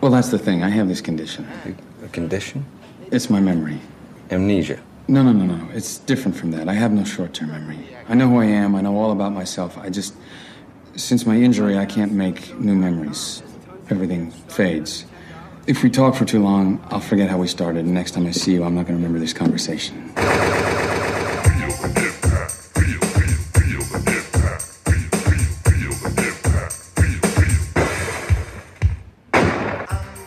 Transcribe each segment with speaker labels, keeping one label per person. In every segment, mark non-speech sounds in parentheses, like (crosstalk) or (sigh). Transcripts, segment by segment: Speaker 1: Well, that's the thing. I have this condition.
Speaker 2: A condition?
Speaker 1: It's my memory.
Speaker 2: Amnesia.
Speaker 1: No, no, no, no. It's different from that. I have no short term memory. I know who I am. I know all about myself. I just. Since my injury, I can't make new memories. Everything fades. If we talk for too long, I'll forget how we started. And next time I see you, I'm not going to remember this conversation.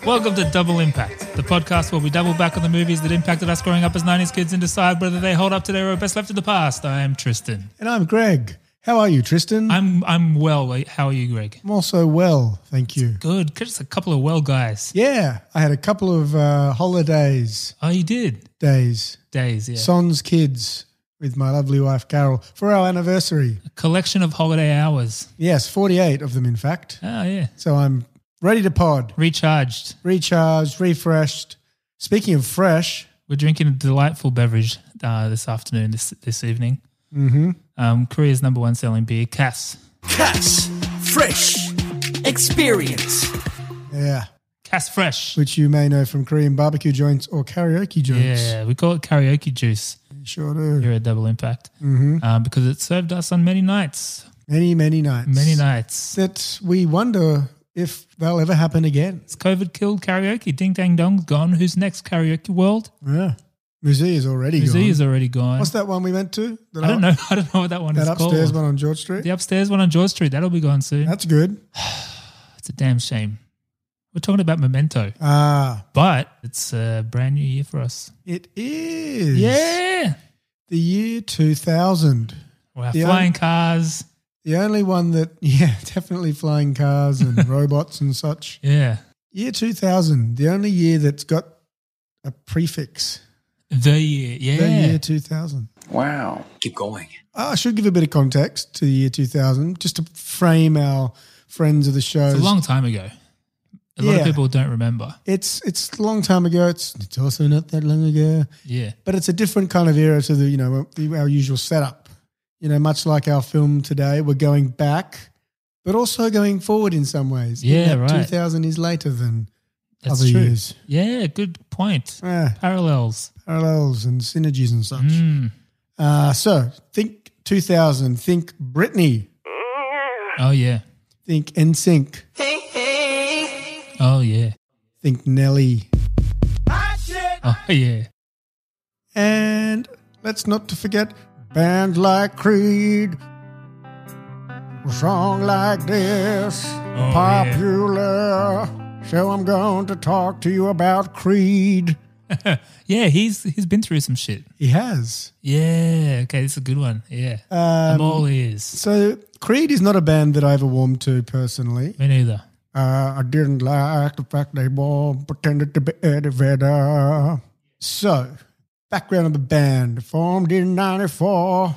Speaker 3: Welcome to Double Impact, the podcast where we double back on the movies that impacted us growing up as 90s kids and decide whether they hold up today or are best left in the past. I am Tristan.
Speaker 4: And I'm Greg. How are you, Tristan?
Speaker 3: I'm I'm well. How are you, Greg?
Speaker 4: I'm also well, thank you.
Speaker 3: Good. Just a couple of well guys.
Speaker 4: Yeah, I had a couple of uh, holidays,
Speaker 3: Oh, you did.
Speaker 4: days,
Speaker 3: Days, yeah.
Speaker 4: Son's kids with my lovely wife, Carol, for
Speaker 3: (laughs)
Speaker 4: our anniversary.
Speaker 3: Collection of holiday hours.
Speaker 4: Yes, 48 of them, in fact.
Speaker 3: Oh, yeah.
Speaker 4: So I'm ready to pod,
Speaker 3: Recharged.
Speaker 4: recharged, refreshed. Speaking of fresh,
Speaker 3: We're drinking a delightful beverage uh, this afternoon, this this evening. Mm-hmm. Um, Korea's number one selling beer, Cass.
Speaker 5: Cass Fresh Experience.
Speaker 4: yeah,
Speaker 3: Cass Fresh.
Speaker 4: which you may know from Korean barbecue joints or karaoke joints.
Speaker 3: Yeah, we call it karaoke juice
Speaker 4: Sure do.
Speaker 3: here at Double Impact mm-hmm. um, because it served us on many nights.
Speaker 4: Many, many nights.
Speaker 3: Many nights.
Speaker 4: That we wonder if they'll ever happen again.
Speaker 3: It's COVID killed karaoke. Ding dang dong's gone. Who's next? Karaoke World.
Speaker 4: Yeah. Musea's is already
Speaker 3: Who's
Speaker 4: gone.
Speaker 3: is already gone.
Speaker 4: What's that one we went to? That
Speaker 3: I don't know. (laughs) I don't know what that one is
Speaker 4: That upstairs
Speaker 3: called.
Speaker 4: one on George Street?
Speaker 3: The upstairs one on George Street. That'll be gone soon.
Speaker 4: That's good.
Speaker 3: It's a damn shame. We're talking about Memento,
Speaker 4: Ah,
Speaker 3: but it's a brand new year for us.
Speaker 4: it is.
Speaker 3: Yeah.
Speaker 4: The year 2000.
Speaker 3: Wow.
Speaker 4: The
Speaker 3: Flying
Speaker 4: un-
Speaker 3: cars.
Speaker 4: The only one that, (laughs) yeah, definitely flying
Speaker 3: (laughs)
Speaker 4: cars and robots and such.
Speaker 3: Yeah.
Speaker 4: Year 2000, the only year that's got a prefix.
Speaker 3: The year. Yeah.
Speaker 4: The year 2000.
Speaker 2: Wow. Keep going.
Speaker 4: I should give a bit of context to the year 2000 just to frame our friends of the show.
Speaker 3: It's a long time ago. A lot of
Speaker 4: Yeah.
Speaker 3: people don't remember.
Speaker 4: it's it's a long time ago. It's it's also not that long ago,
Speaker 3: Yeah.
Speaker 4: but it's a different kind of era to the you know the- our usual setup. You know, much like our film today, we're going back, but also going forward in some ways. in
Speaker 3: Yeah,
Speaker 4: that
Speaker 3: right.
Speaker 4: Two thousand is later than
Speaker 3: That's
Speaker 4: other
Speaker 3: true.
Speaker 4: years.
Speaker 3: Yeah. Good point.
Speaker 4: Ah,
Speaker 3: Parallels.
Speaker 4: parallels and synergies and such.
Speaker 3: Mm.
Speaker 4: Uh, so think two thousand. Think Britney.
Speaker 3: Oh, yeah.
Speaker 4: Think NSYNC.
Speaker 3: Oh, yeah.
Speaker 4: Think Nelly.
Speaker 3: Oh, (laughs) yeah.
Speaker 4: And let's not to forget bands like Creed, a song like this, popular. So I'm going to talk to you about Creed.
Speaker 3: (laughs) Yeah, he's he's been through some shit.
Speaker 4: He has.
Speaker 3: Yeah, okay, this is a good one. Yeah,
Speaker 4: Um,
Speaker 3: I'm all ears.
Speaker 4: So Creed is not a band that I ever warmed to personally.
Speaker 3: Me neither.
Speaker 4: Uh, I didn't like the fact they all pretended to be Eddie Vedder. So, background of the band formed
Speaker 3: (laughs)
Speaker 4: in '94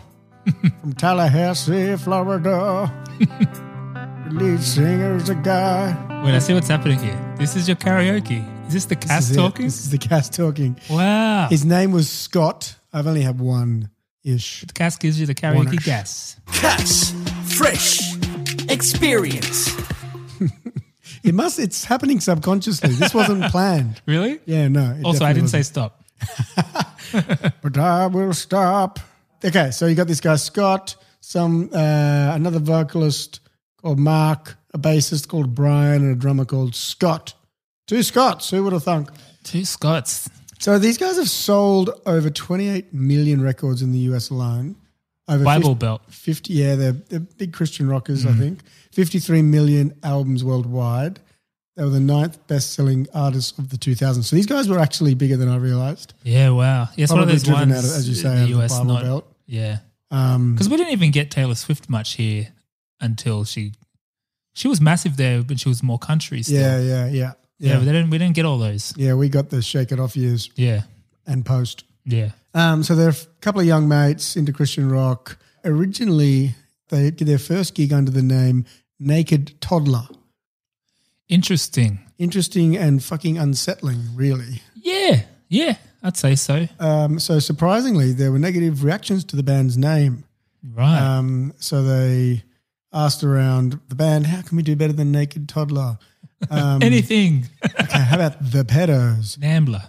Speaker 4: from Tallahassee, Florida. the lead singer is a guy.
Speaker 3: Wait, I see what's happening here. This is your karaoke. Is this the
Speaker 4: This
Speaker 3: cast
Speaker 4: is it.
Speaker 3: talking?
Speaker 4: This is the cast talking.
Speaker 3: Wow.
Speaker 4: His name was Scott. I've only had one ish.
Speaker 3: the cast gives you the karaoke
Speaker 4: Warnish.
Speaker 3: gas.
Speaker 5: Cass Fresh Experience.
Speaker 4: It must. It's happening subconsciously.
Speaker 3: (laughs)
Speaker 4: This wasn't planned.
Speaker 3: Really?
Speaker 4: Yeah, no. it
Speaker 3: Also, I
Speaker 4: definitely
Speaker 3: didn't say
Speaker 4: wasn't.
Speaker 3: stop.
Speaker 4: but I will stop. Okay, so you got this guy Scott, some uh, another vocalist called Mark, a bassist called Brian, and a drummer called Scott. Two Scots, who would have thunk?
Speaker 3: Two Scots.
Speaker 4: So these guys have sold over 28 million records in the US alone. Over
Speaker 3: Bible Mm-hmm. Belt.
Speaker 4: 50 yeah, they're, they're big Christian rockers, I think. 53 million albums worldwide. They were the ninth best-selling artists of the 2000s. So these guys were actually bigger than I realized.
Speaker 3: Yeah, wow. Yes, one of
Speaker 4: Probably
Speaker 3: those
Speaker 4: driven
Speaker 3: ones,
Speaker 4: out of- as you say,
Speaker 3: in
Speaker 4: out of the Bible
Speaker 3: not-
Speaker 4: Belt.
Speaker 3: Yeah,
Speaker 4: Um,
Speaker 3: because we didn't even get Taylor Swift much here until she she was massive there, but she was more country. Still.
Speaker 4: Yeah, yeah, yeah.
Speaker 3: yeah.
Speaker 4: Yeah,
Speaker 3: but they didn't, we didn't get all those.
Speaker 4: yeah, we got the shake it off years
Speaker 3: Yeah,
Speaker 4: and post.
Speaker 3: yeah.
Speaker 4: Um, so they're a couple of young mates into Christian rock. Originally, they did their first gig under the name Naked Toddler.
Speaker 3: Interesting.
Speaker 4: Interesting and fucking unsettling, really.
Speaker 3: Yeah, yeah, I'd say so.
Speaker 4: Um, so surprisingly, there were negative reactions to the band's name.
Speaker 3: Right.
Speaker 4: Um, so they asked around the band, "How can we do better than Naked Toddler?"
Speaker 3: Anything. (laughs)
Speaker 4: Okay, how about the pedos?
Speaker 3: Nambler.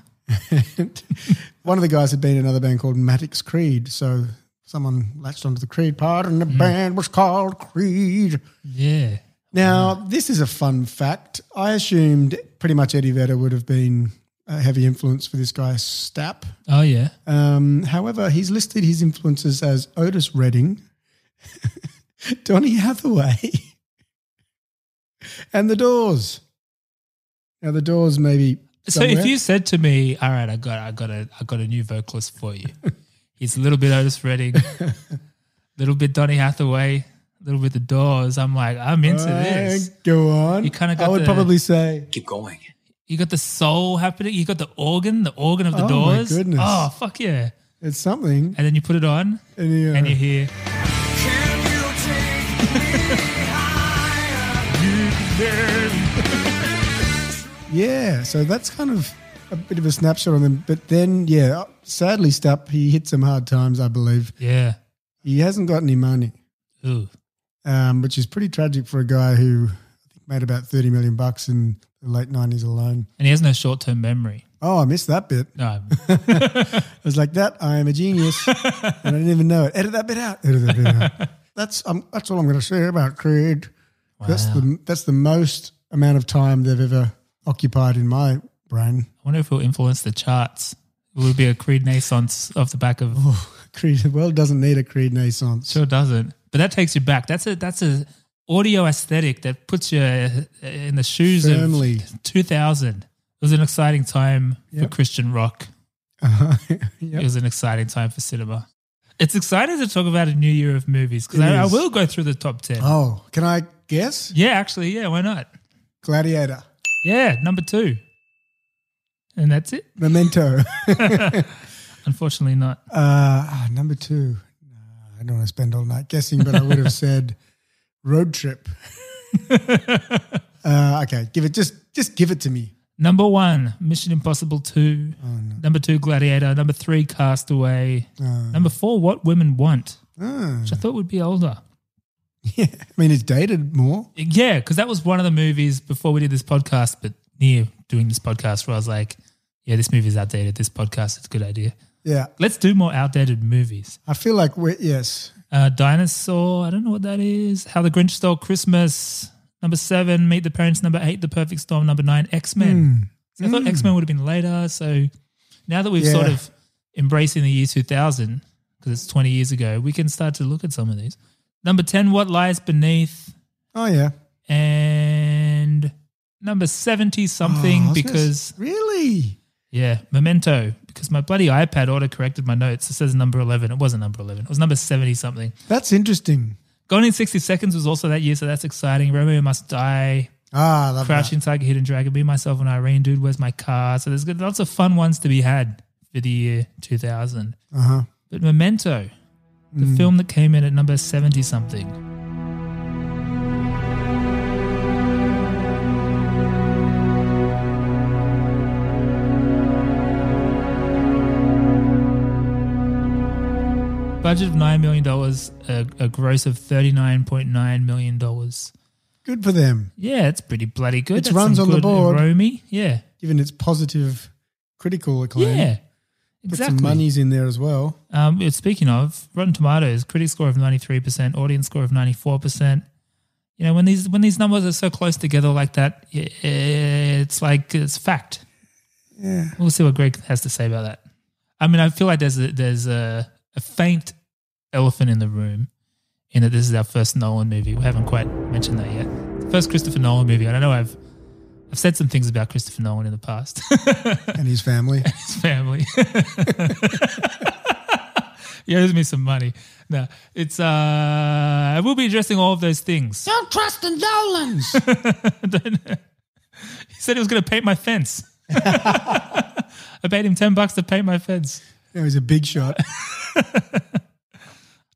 Speaker 4: (laughs) One of the guys had been in another band called Maddox Creed, so someone latched onto the Creed part, and the
Speaker 3: Hmm.
Speaker 4: band was called Creed.
Speaker 3: Yeah.
Speaker 4: Now,
Speaker 3: Hmm.
Speaker 4: this is a fun fact. I assumed pretty much Eddie Vedder would have been a heavy influence for this guy, Stapp.
Speaker 3: Oh, yeah.
Speaker 4: Um, however, he's listed his influences as Otis Redding, (laughs) Donny Hathaway, (laughs) and The Doors. Now, The Doors maybe.
Speaker 3: So if you said to me, "All right, I got, I got a, I got a new vocalist for
Speaker 4: (laughs)
Speaker 3: you. He's a little bit Otis Redding, a little bit Donny Hathaway, a little bit The Doors." I'm like, I'm into this.
Speaker 4: go on,
Speaker 3: You kinda
Speaker 4: I
Speaker 3: got
Speaker 4: would
Speaker 3: the-
Speaker 4: probably say
Speaker 2: Keep going.
Speaker 3: You got the soul happening. You got the organ, the organ of The
Speaker 4: Oh, my
Speaker 3: Doors.
Speaker 4: goodness.
Speaker 3: Oh fuck yeah!
Speaker 4: it's something.
Speaker 3: And then you put it on,
Speaker 4: And you,
Speaker 3: and you hear
Speaker 4: Yeah, so that's kind of a bit of a snapshot on them. But then, yeah, sadly, Stupp, he hit some hard times, I believe.
Speaker 3: yeah,
Speaker 4: He hasn't got any money,
Speaker 3: ooh,
Speaker 4: um, which is pretty tragic for a guy who I think made about 30 million bucks in the late 90s alone.
Speaker 3: and he has no short term memory.
Speaker 4: Oh, I missed that bit.
Speaker 3: No,
Speaker 4: I was like, that, I am a genius. and I didn't even know it. Edit that bit out. Edit that bit out. That's, um, that's all I'm going to say about Creed. That's, the, that's the most amount of time they've ever occupied in my brain.
Speaker 3: I wonder if it'll influence the charts. It would be a Creed Renaissance off the back of.
Speaker 4: Creed, the world doesn't need a Creed Naissance. (laughs)
Speaker 3: Sure doesn't. But that takes you back. That's a that's a audio aesthetic that puts you uh, in the shoes
Speaker 4: Firmly.
Speaker 3: of 2000. It was an exciting time for Christian rock. It was an exciting time for cinema. It's exciting to talk about a new year of movies because
Speaker 4: It
Speaker 3: I, I
Speaker 4: is.
Speaker 3: will go through the top 10.
Speaker 4: Oh, can I guess?
Speaker 3: Yeah, actually, yeah, why not?
Speaker 4: Gladiator,
Speaker 3: Yeah, number two. And that's it.
Speaker 4: Memento. (laughs)
Speaker 3: Unfortunately, not.
Speaker 4: uh, number two. Nah, I don't want to spend all night guessing, but I would have said Road Trip. uh, okay, give it just just give it to me.
Speaker 3: Number one, Mission Impossible 2. Number two, Gladiator. Number three, Castaway. Number four, What Women Want, which I thought would be older.
Speaker 4: (laughs) Yeah, I mean it's dated more.
Speaker 3: Yeah, because that was one of the movies before we did this podcast, but near doing this podcast where I was like, yeah, this movie's outdated. This podcast is a good idea.
Speaker 4: Yeah,
Speaker 3: Let's do more outdated movies.
Speaker 4: I feel like we're yes.
Speaker 3: Uh, Dinosaur, I don't know what that is. How the Grinch Stole Christmas. Number seven, Meet the Parents. Number eight, The Perfect Storm. Number nine, X
Speaker 4: Hmm.
Speaker 3: Men. So I thought X Men would have been later. So now that we've
Speaker 4: Yeah.
Speaker 3: sort of embracing the year 2000, because it's 20 years ago, we can start to look at some of these. Number 10, What Lies Beneath.
Speaker 4: Oh yeah,
Speaker 3: And number 70
Speaker 4: Oh, I
Speaker 3: something
Speaker 4: was gonna
Speaker 3: because,
Speaker 4: s- really,
Speaker 3: yeah, Memento, because my bloody iPad auto corrected my notes. It says number 11. It wasn't number 11, it was number 70 something.
Speaker 4: that's interesting.
Speaker 3: Gone in 60 Seconds was also that year, so that's exciting. Romeo Must Die,
Speaker 4: Ah, I love that.
Speaker 3: Crouching Tiger, Hidden Dragon, Be Myself and Irene, Dude, Where's My Car? So there's good- lots of fun ones to be had for the year 2000.
Speaker 4: Uh-huh. Hmm.
Speaker 3: But Memento, the film that came in at number 70 something. Budget of $9 million, a, a gross of $39.9 million.
Speaker 4: Good for them,
Speaker 3: Yeah, it's pretty bloody good.
Speaker 4: It runs
Speaker 3: some
Speaker 4: on the
Speaker 3: good
Speaker 4: board.
Speaker 3: Romy. Yeah.
Speaker 4: given its positive critical acclaim.
Speaker 3: Yeah.
Speaker 4: Put
Speaker 3: Exactly.
Speaker 4: some monies in there as well.
Speaker 3: (laughs) Um, but speaking of Rotten Tomatoes, critic score of ninety three percent, audience score of ninety four percent. You know, when these when these numbers are so close together like that, i- it's like it's fact. Yeah, we'll see what Greg has to say about that. I mean, I feel like there's a, there's a, a faint elephant in the room, in that this is our first Nolan movie. We haven't quite mentioned that yet. First Christopher Nolan movie. And I know I've I've said some things about Christopher Nolan in the past. (laughs)
Speaker 4: and his family.
Speaker 3: his family. (laughs) he owes me some money. No, it's uh, I will be addressing all of those things.
Speaker 4: Don't trust the Nolans.
Speaker 3: (laughs) He said he was going to paint my fence. (laughs) I paid him ten bucks to paint my fence.
Speaker 4: That was a big shot.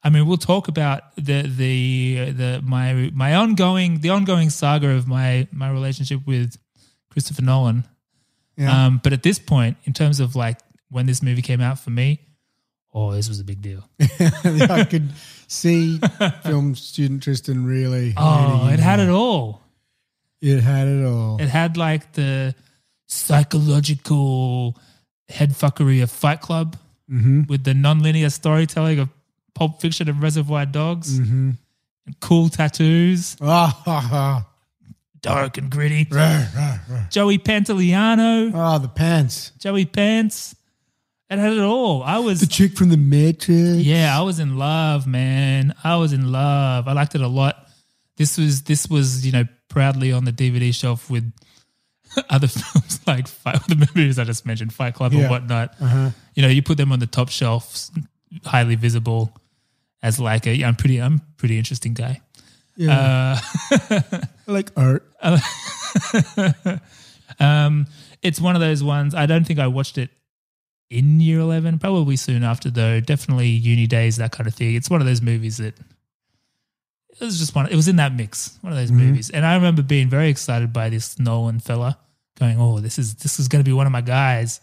Speaker 3: I mean, we'll talk about the the the my my ongoing the ongoing saga of my my relationship with Christopher Nolan.
Speaker 4: (laughs) Yeah.
Speaker 3: Um, but at this point, in terms of like when this movie came out for me, oh, this was a big deal.
Speaker 4: I could see film student Tristan really.
Speaker 3: Oh,
Speaker 4: really-
Speaker 3: it had it all.
Speaker 4: It had it all.
Speaker 3: It had like the psychological headfuckery of Fight Club with the nonlinear storytelling of Pulp Fiction and Reservoir Dogs, and cool tattoos,
Speaker 4: Ah, (laughs) ha, ha.
Speaker 3: dark and gritty.
Speaker 4: Rah, rah, rah.
Speaker 3: Joey Pantoliano,
Speaker 4: Ah, the pants.
Speaker 3: Joey Pants. It had it all. I was
Speaker 4: The chick from the Matrix.
Speaker 3: Yeah, I was in love, man. I was in love. I liked it a lot. This was this was you know proudly on the DVD shelf with (laughs) other films (laughs) like Fight, the movies I just mentioned, Fight Club
Speaker 4: Yeah. Uh-huh.
Speaker 3: and whatnot. You know, you put them on the top shelf, highly visible as like a yeah, I'm pretty I'm a pretty interesting guy. uh,
Speaker 4: Yeah.
Speaker 3: (laughs)
Speaker 4: I like art.
Speaker 3: Um, it's one of those ones. I don't think I watched it in year eleven. Probably soon after though. Definitely uni days, that kind of thing. It's one of those movies that it was just one. It was in that mix. One of those
Speaker 4: Mm-hmm.
Speaker 3: movies, and I remember being very excited by this Nolan fella. Going, oh, this is this is going to be one of my guys.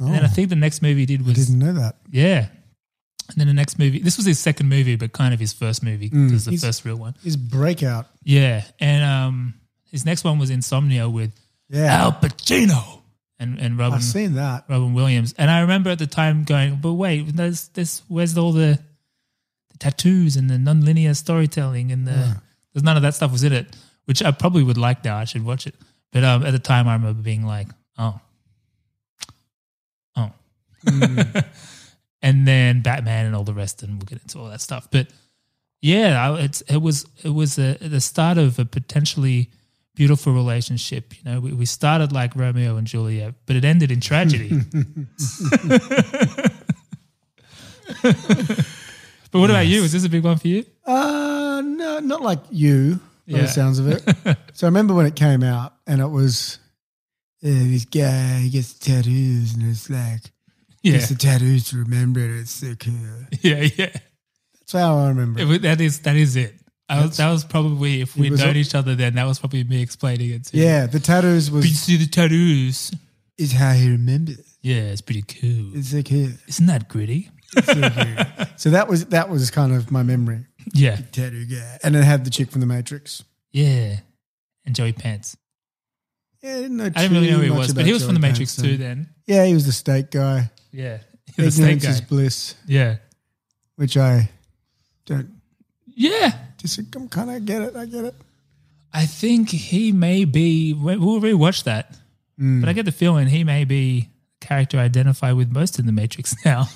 Speaker 3: And then I think the next movie he did
Speaker 4: Oh. I
Speaker 3: was
Speaker 4: didn't know that.
Speaker 3: yeah. And then the next movie, this was his second movie, but kind of his first movie because the
Speaker 4: Mm. He's-
Speaker 3: first real one.
Speaker 4: His breakout.
Speaker 3: Yeah, and um, his next one was Insomnia with
Speaker 4: Yeah.
Speaker 3: Al Pacino and and Robin
Speaker 4: I've seen that.
Speaker 3: Robin Williams. And I remember at the time going, but wait, there's this where's all the, the tattoos and the nonlinear storytelling and the there's none of that stuff was in it, which I probably would like now. I should watch it. But um, at the time, I remember being like, oh, oh, (laughs) and then Batman and all the rest, and we'll get into all that stuff. But yeah, I, it's it was it was a, the start of a potentially beautiful relationship. You know, we, we started like Romeo and Juliet, but it ended in tragedy.
Speaker 4: (laughs)
Speaker 3: but what about you? Is this a big one for you?
Speaker 4: Uh, no, not like you, by
Speaker 3: Yeah.
Speaker 4: the sounds
Speaker 3: (laughs)
Speaker 4: of it. so I remember when it came out and it was yeah, this guy he gets tattoos and it's like,
Speaker 3: Yeah, (laughs)
Speaker 4: gets the tattoos to remember it. It's so cool.
Speaker 3: yeah, yeah.
Speaker 4: That's how I remember
Speaker 3: It
Speaker 4: it.
Speaker 3: was- that is that is it. I was, that was probably if we
Speaker 4: It was
Speaker 3: known
Speaker 4: a-
Speaker 3: each other then, that was probably me explaining it to you.
Speaker 4: Yeah, the tattoos
Speaker 3: But you
Speaker 4: was
Speaker 3: see the tattoos.
Speaker 4: is how he remembered it.
Speaker 3: Yeah, it's pretty cool.
Speaker 4: It's so cool.
Speaker 3: Isn't that gritty?
Speaker 4: It's so, cool. so that was that was kind of my memory.
Speaker 3: Yeah,
Speaker 4: Tattoo guy. And it had the chick from the Matrix.
Speaker 3: yeah. And Joey Pants.
Speaker 4: Yeah, I didn't know,
Speaker 3: I didn't really
Speaker 4: too
Speaker 3: know who he
Speaker 4: much
Speaker 3: was, but
Speaker 4: about
Speaker 3: he was from The
Speaker 4: Joey
Speaker 3: Matrix
Speaker 4: Pants,
Speaker 3: too.
Speaker 4: so-
Speaker 3: Then,
Speaker 4: Yeah, he was the steak guy. (laughs)
Speaker 3: yeah, he was a snake
Speaker 4: Ignorance
Speaker 3: guy.
Speaker 4: is bliss,
Speaker 3: Yeah,
Speaker 4: which I don't
Speaker 3: yeah.
Speaker 4: Just I'm kind of get it. I get it.
Speaker 3: I think he may be. We'll rewatch that,
Speaker 4: Hmm.
Speaker 3: but I get the feeling he may be a character I identify with most in The Matrix (laughs) now,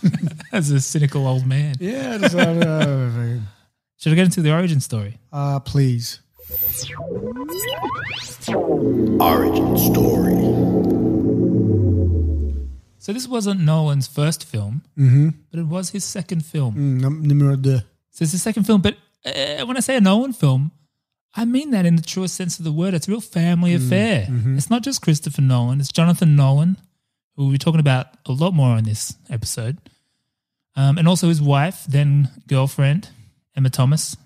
Speaker 3: as a cynical old man.
Speaker 4: Yeah. Just, uh,
Speaker 3: Should I get into the origin story?
Speaker 4: (laughs) uh, please.
Speaker 6: Origin story.
Speaker 3: So this wasn't Nolan's first film,
Speaker 4: Mm-hmm.
Speaker 3: but it was his second film.
Speaker 4: Num- Numero deux.
Speaker 3: So it's his second film, but uh, when I say a Nolan film, I mean that in the truest sense of the word. It's a real family affair. It's not just Christopher Nolan, it's Jonathan Nolan, who we'll be talking about a lot more in this episode. Um, and also his wife, then girlfriend, Emma Thomas.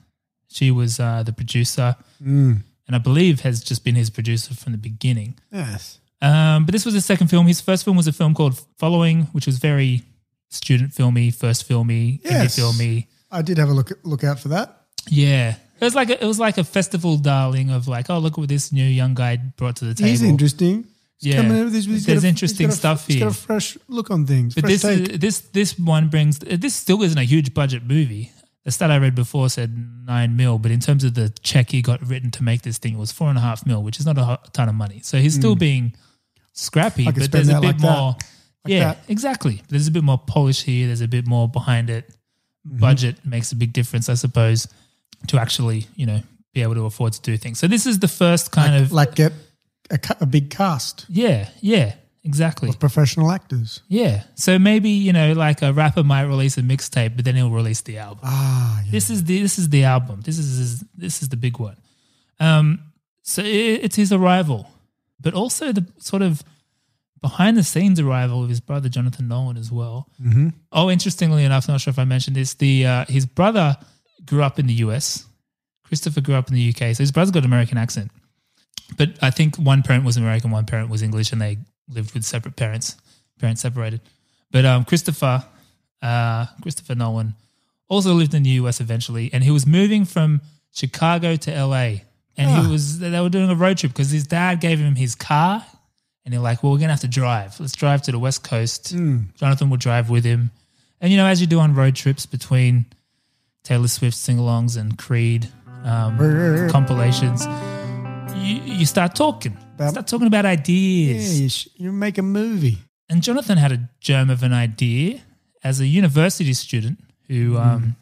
Speaker 3: She was uh, the producer and I believe has just been his producer from the beginning.
Speaker 4: Yes.
Speaker 3: Um, but this was his second film. His first film was a film called Following, which was very student filmy, first filmy,
Speaker 4: Yes.
Speaker 3: indie filmy.
Speaker 4: I did have a look look out for that.
Speaker 3: Yeah. It was like a, it was like a festival darling of like, oh look what this new young guy brought to the table.
Speaker 4: He's interesting. He's
Speaker 3: Yeah.
Speaker 4: coming over this- he's got
Speaker 3: There's
Speaker 4: a-
Speaker 3: interesting
Speaker 4: he's got a-
Speaker 3: stuff
Speaker 4: He's
Speaker 3: here.
Speaker 4: got a fresh look on things.
Speaker 3: But
Speaker 4: fresh
Speaker 3: this
Speaker 4: take.
Speaker 3: is, this this one brings this still isn't a huge budget movie. The stat I read before said nine mil, but in terms of the check he got written to make this thing, it was four and a half mil, which is not a ho- ton of money. So he's still being scrappy,
Speaker 4: Hmm. I could
Speaker 3: but
Speaker 4: spend
Speaker 3: there's a
Speaker 4: that
Speaker 3: bit
Speaker 4: like that.
Speaker 3: more. yeah,
Speaker 4: that.
Speaker 3: exactly. There's a bit more polish here. There's a bit more behind it.
Speaker 4: Mm-hmm.
Speaker 3: Budget makes a big difference, I suppose, to actually you know be able to afford to do things. So this is the first kind of
Speaker 4: like get a, ca- a big cast
Speaker 3: yeah, yeah, exactly.
Speaker 4: of professional actors.
Speaker 3: Yeah. So maybe, you know, like a rapper might release a mixtape, but then he'll release the album.
Speaker 4: Ah, yeah.
Speaker 3: This is the this is the album. This is this is the big one. Um so i it's his arrival, but also the sort of behind the scenes arrival of his brother Jonathan Nolan as well. Mm-hmm. Oh, interestingly enough, not sure if I mentioned this, the uh, his brother grew up in the US. Christopher grew up in the UK, so his brother's got an American accent. But I think one parent was American, one parent was English, and they lived with separate parents. Parents separated. But um, Christopher, uh, Christopher Nolan, also lived in the US eventually, and he was moving from Chicago to LA and he was they were doing a road trip because his dad gave him his car, and they're like, "Well, we're gonna have to drive. Let's drive to the west coast. Jonathan will drive with him." And you know, as you do on road trips between Taylor Swift sing-alongs and Creed um, compilations, you, you start talking.
Speaker 4: About-
Speaker 3: start talking about ideas.
Speaker 4: Yeah, you, sh- you make a movie.
Speaker 3: And Jonathan had a germ of an idea as a university student who
Speaker 4: Mm-hmm.
Speaker 3: um,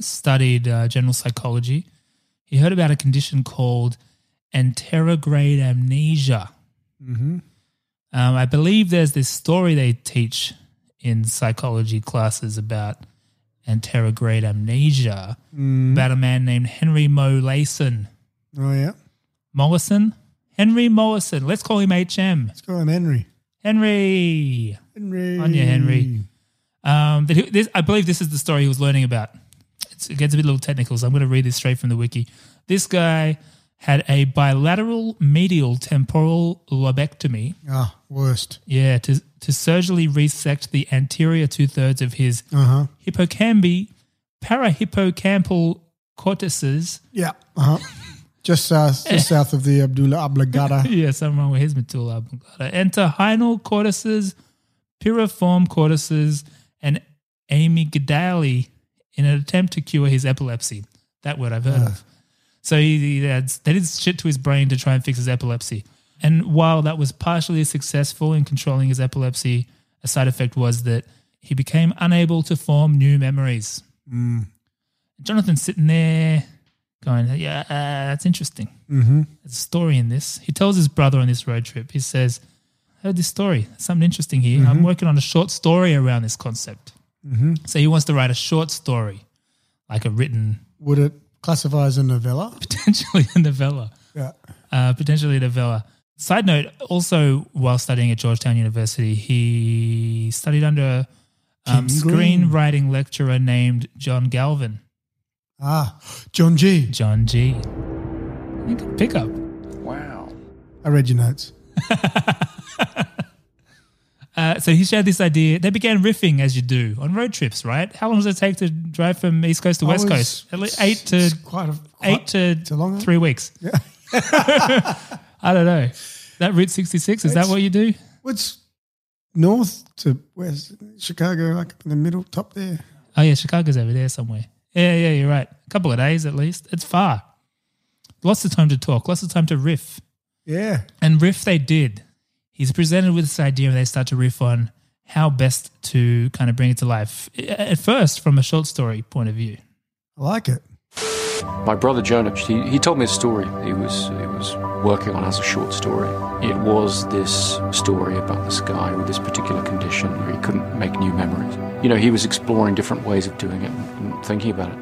Speaker 3: studied uh, general psychology. He heard about a condition called anterograde amnesia. Mm-hmm. Um, I believe there's this story they teach in psychology classes about anterograde amnesia
Speaker 4: Mm-hmm.
Speaker 3: about a man named Henry Mo Lason.
Speaker 4: Oh yeah,
Speaker 3: Mollison? Henry Mollison. Let's call him HM.
Speaker 4: let's call him Henry.
Speaker 3: Henry.
Speaker 4: Henry.
Speaker 3: On your Henry. Um, but he- this, I believe this is the story he was learning about. It's, it gets a bit little technical, so I'm going to read this straight from the wiki. This guy had a bilateral medial temporal lobectomy.
Speaker 4: Ah, worst.
Speaker 3: Yeah, to to surgically resect the anterior two thirds of his
Speaker 4: Uh huh.
Speaker 3: hippocampi, parahippocampal cortices.
Speaker 4: Yeah. Uh huh. (laughs) just uh,
Speaker 3: (laughs)
Speaker 4: just south of the Abdullah Oblongata.
Speaker 3: Yeah, something wrong with his medulla oblongata. Interhinal cortices, piriform cortices, and amygdalae in an attempt to cure his epilepsy. That word I've heard of. So he, he had, they did shit to his brain to try and fix his epilepsy. And while that was partially successful in controlling his epilepsy, a side effect was that he became unable to form new memories. Jonathan's sitting there going, yeah, uh, that's interesting. There's a story in this. He tells his brother on this road trip, he says, I heard this story. There's something interesting here. I'm working on a short story around this concept. So he wants to write a short story, like a written, (laughs)
Speaker 4: Would it classify as a novella?
Speaker 3: potentially a novella.
Speaker 4: Yeah.
Speaker 3: Uh, potentially a novella. Side note, also while studying at Georgetown University, he studied under a um,
Speaker 4: King Green.
Speaker 3: screenwriting lecturer named John Galvin.
Speaker 4: Ah, John G.
Speaker 3: John G. You could pick up.
Speaker 2: Wow.
Speaker 4: I read your notes.
Speaker 3: Uh, so he shared this idea. They began riffing as you do on road trips, right? How long does it take to drive from East Coast to West
Speaker 4: I was-
Speaker 3: Coast? At least eight to
Speaker 4: Oh, it's quite a,
Speaker 3: eight
Speaker 4: quite-
Speaker 3: to
Speaker 4: it's a long
Speaker 3: three weeks. (laughs) I don't know. That Route sixty six is that what you do?
Speaker 4: What's north to west? Chicago, like in the middle, top there.
Speaker 3: Oh yeah, Chicago's over there somewhere. Yeah, yeah, you're right. A couple of days at least. It's far. Lots of time to talk. Lots of time to riff.
Speaker 4: Yeah.
Speaker 3: And riff they did. He's presented with this idea and they start to riff on how best to kind of bring it to life. At first, from a short story point of view.
Speaker 4: I like it.
Speaker 7: My brother Jonah, he, he told me a story he was, he was working on as a short story. It was this story about this guy with this particular condition where he couldn't make new memories. You know, he was exploring different ways of doing it and thinking about it.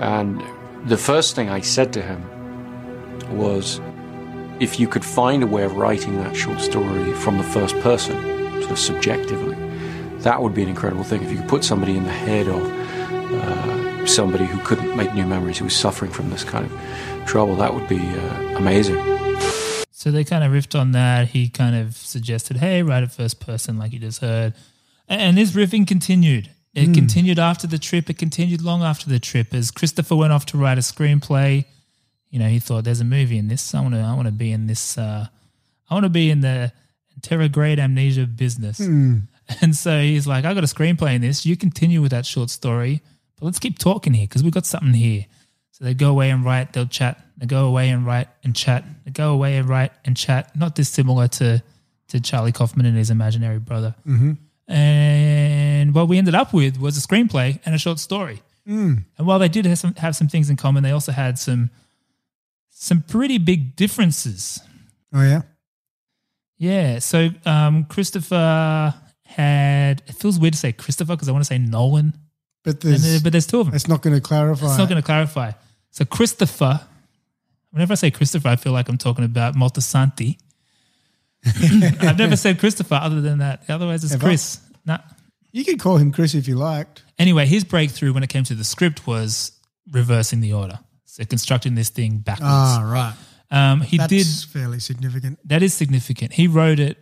Speaker 7: And the first thing I said to him was if you could find a way of writing that short story from the first person, sort of subjectively, that would be an incredible thing. If you could put somebody in the head of uh, somebody who couldn't make new memories, who was suffering from this kind of trouble, that would be uh, amazing.
Speaker 3: So they kind of riffed on that. He kind of suggested, hey, write it first person, like you just heard. A- And this riffing continued. It continued after the trip. It continued long after the trip. As Christopher went off to write a screenplay, you know, he thought, there's a movie in this. I want to, I want to be in this. Uh, I want to be in the interrograde amnesia business. (laughs) And so he's like, I got a screenplay in this. You continue with that short story, but let's keep talking here because we've got something here. So they go away and write, they'll chat. They go away and write and chat. They go away and write and chat. Not dissimilar to to Charlie Kaufman and his imaginary brother. And what we ended up with was a screenplay and a short story. And while they did have some, have some things in common, they also had some some pretty big differences.
Speaker 4: Oh yeah.
Speaker 3: Yeah. So um, Christopher had. It feels weird to say Christopher because I want to say Nolan,
Speaker 4: But
Speaker 3: And
Speaker 4: there's
Speaker 3: there- but there's two of them.
Speaker 4: it's not going to clarify.
Speaker 3: It's not going to clarify. So Christopher, whenever I say Christopher, I feel like I'm talking about Maltasanti. (laughs) I've never said Christopher other than that. Otherwise, it's
Speaker 4: Ever?
Speaker 3: Chris. Nah.
Speaker 4: You could call him Chris if you liked.
Speaker 3: Anyway, his breakthrough when it came to the script was reversing the order, so constructing this thing backwards.
Speaker 4: right.
Speaker 3: um, he
Speaker 4: Ah, That's
Speaker 3: did.
Speaker 4: fairly significant.
Speaker 3: That is significant. He wrote it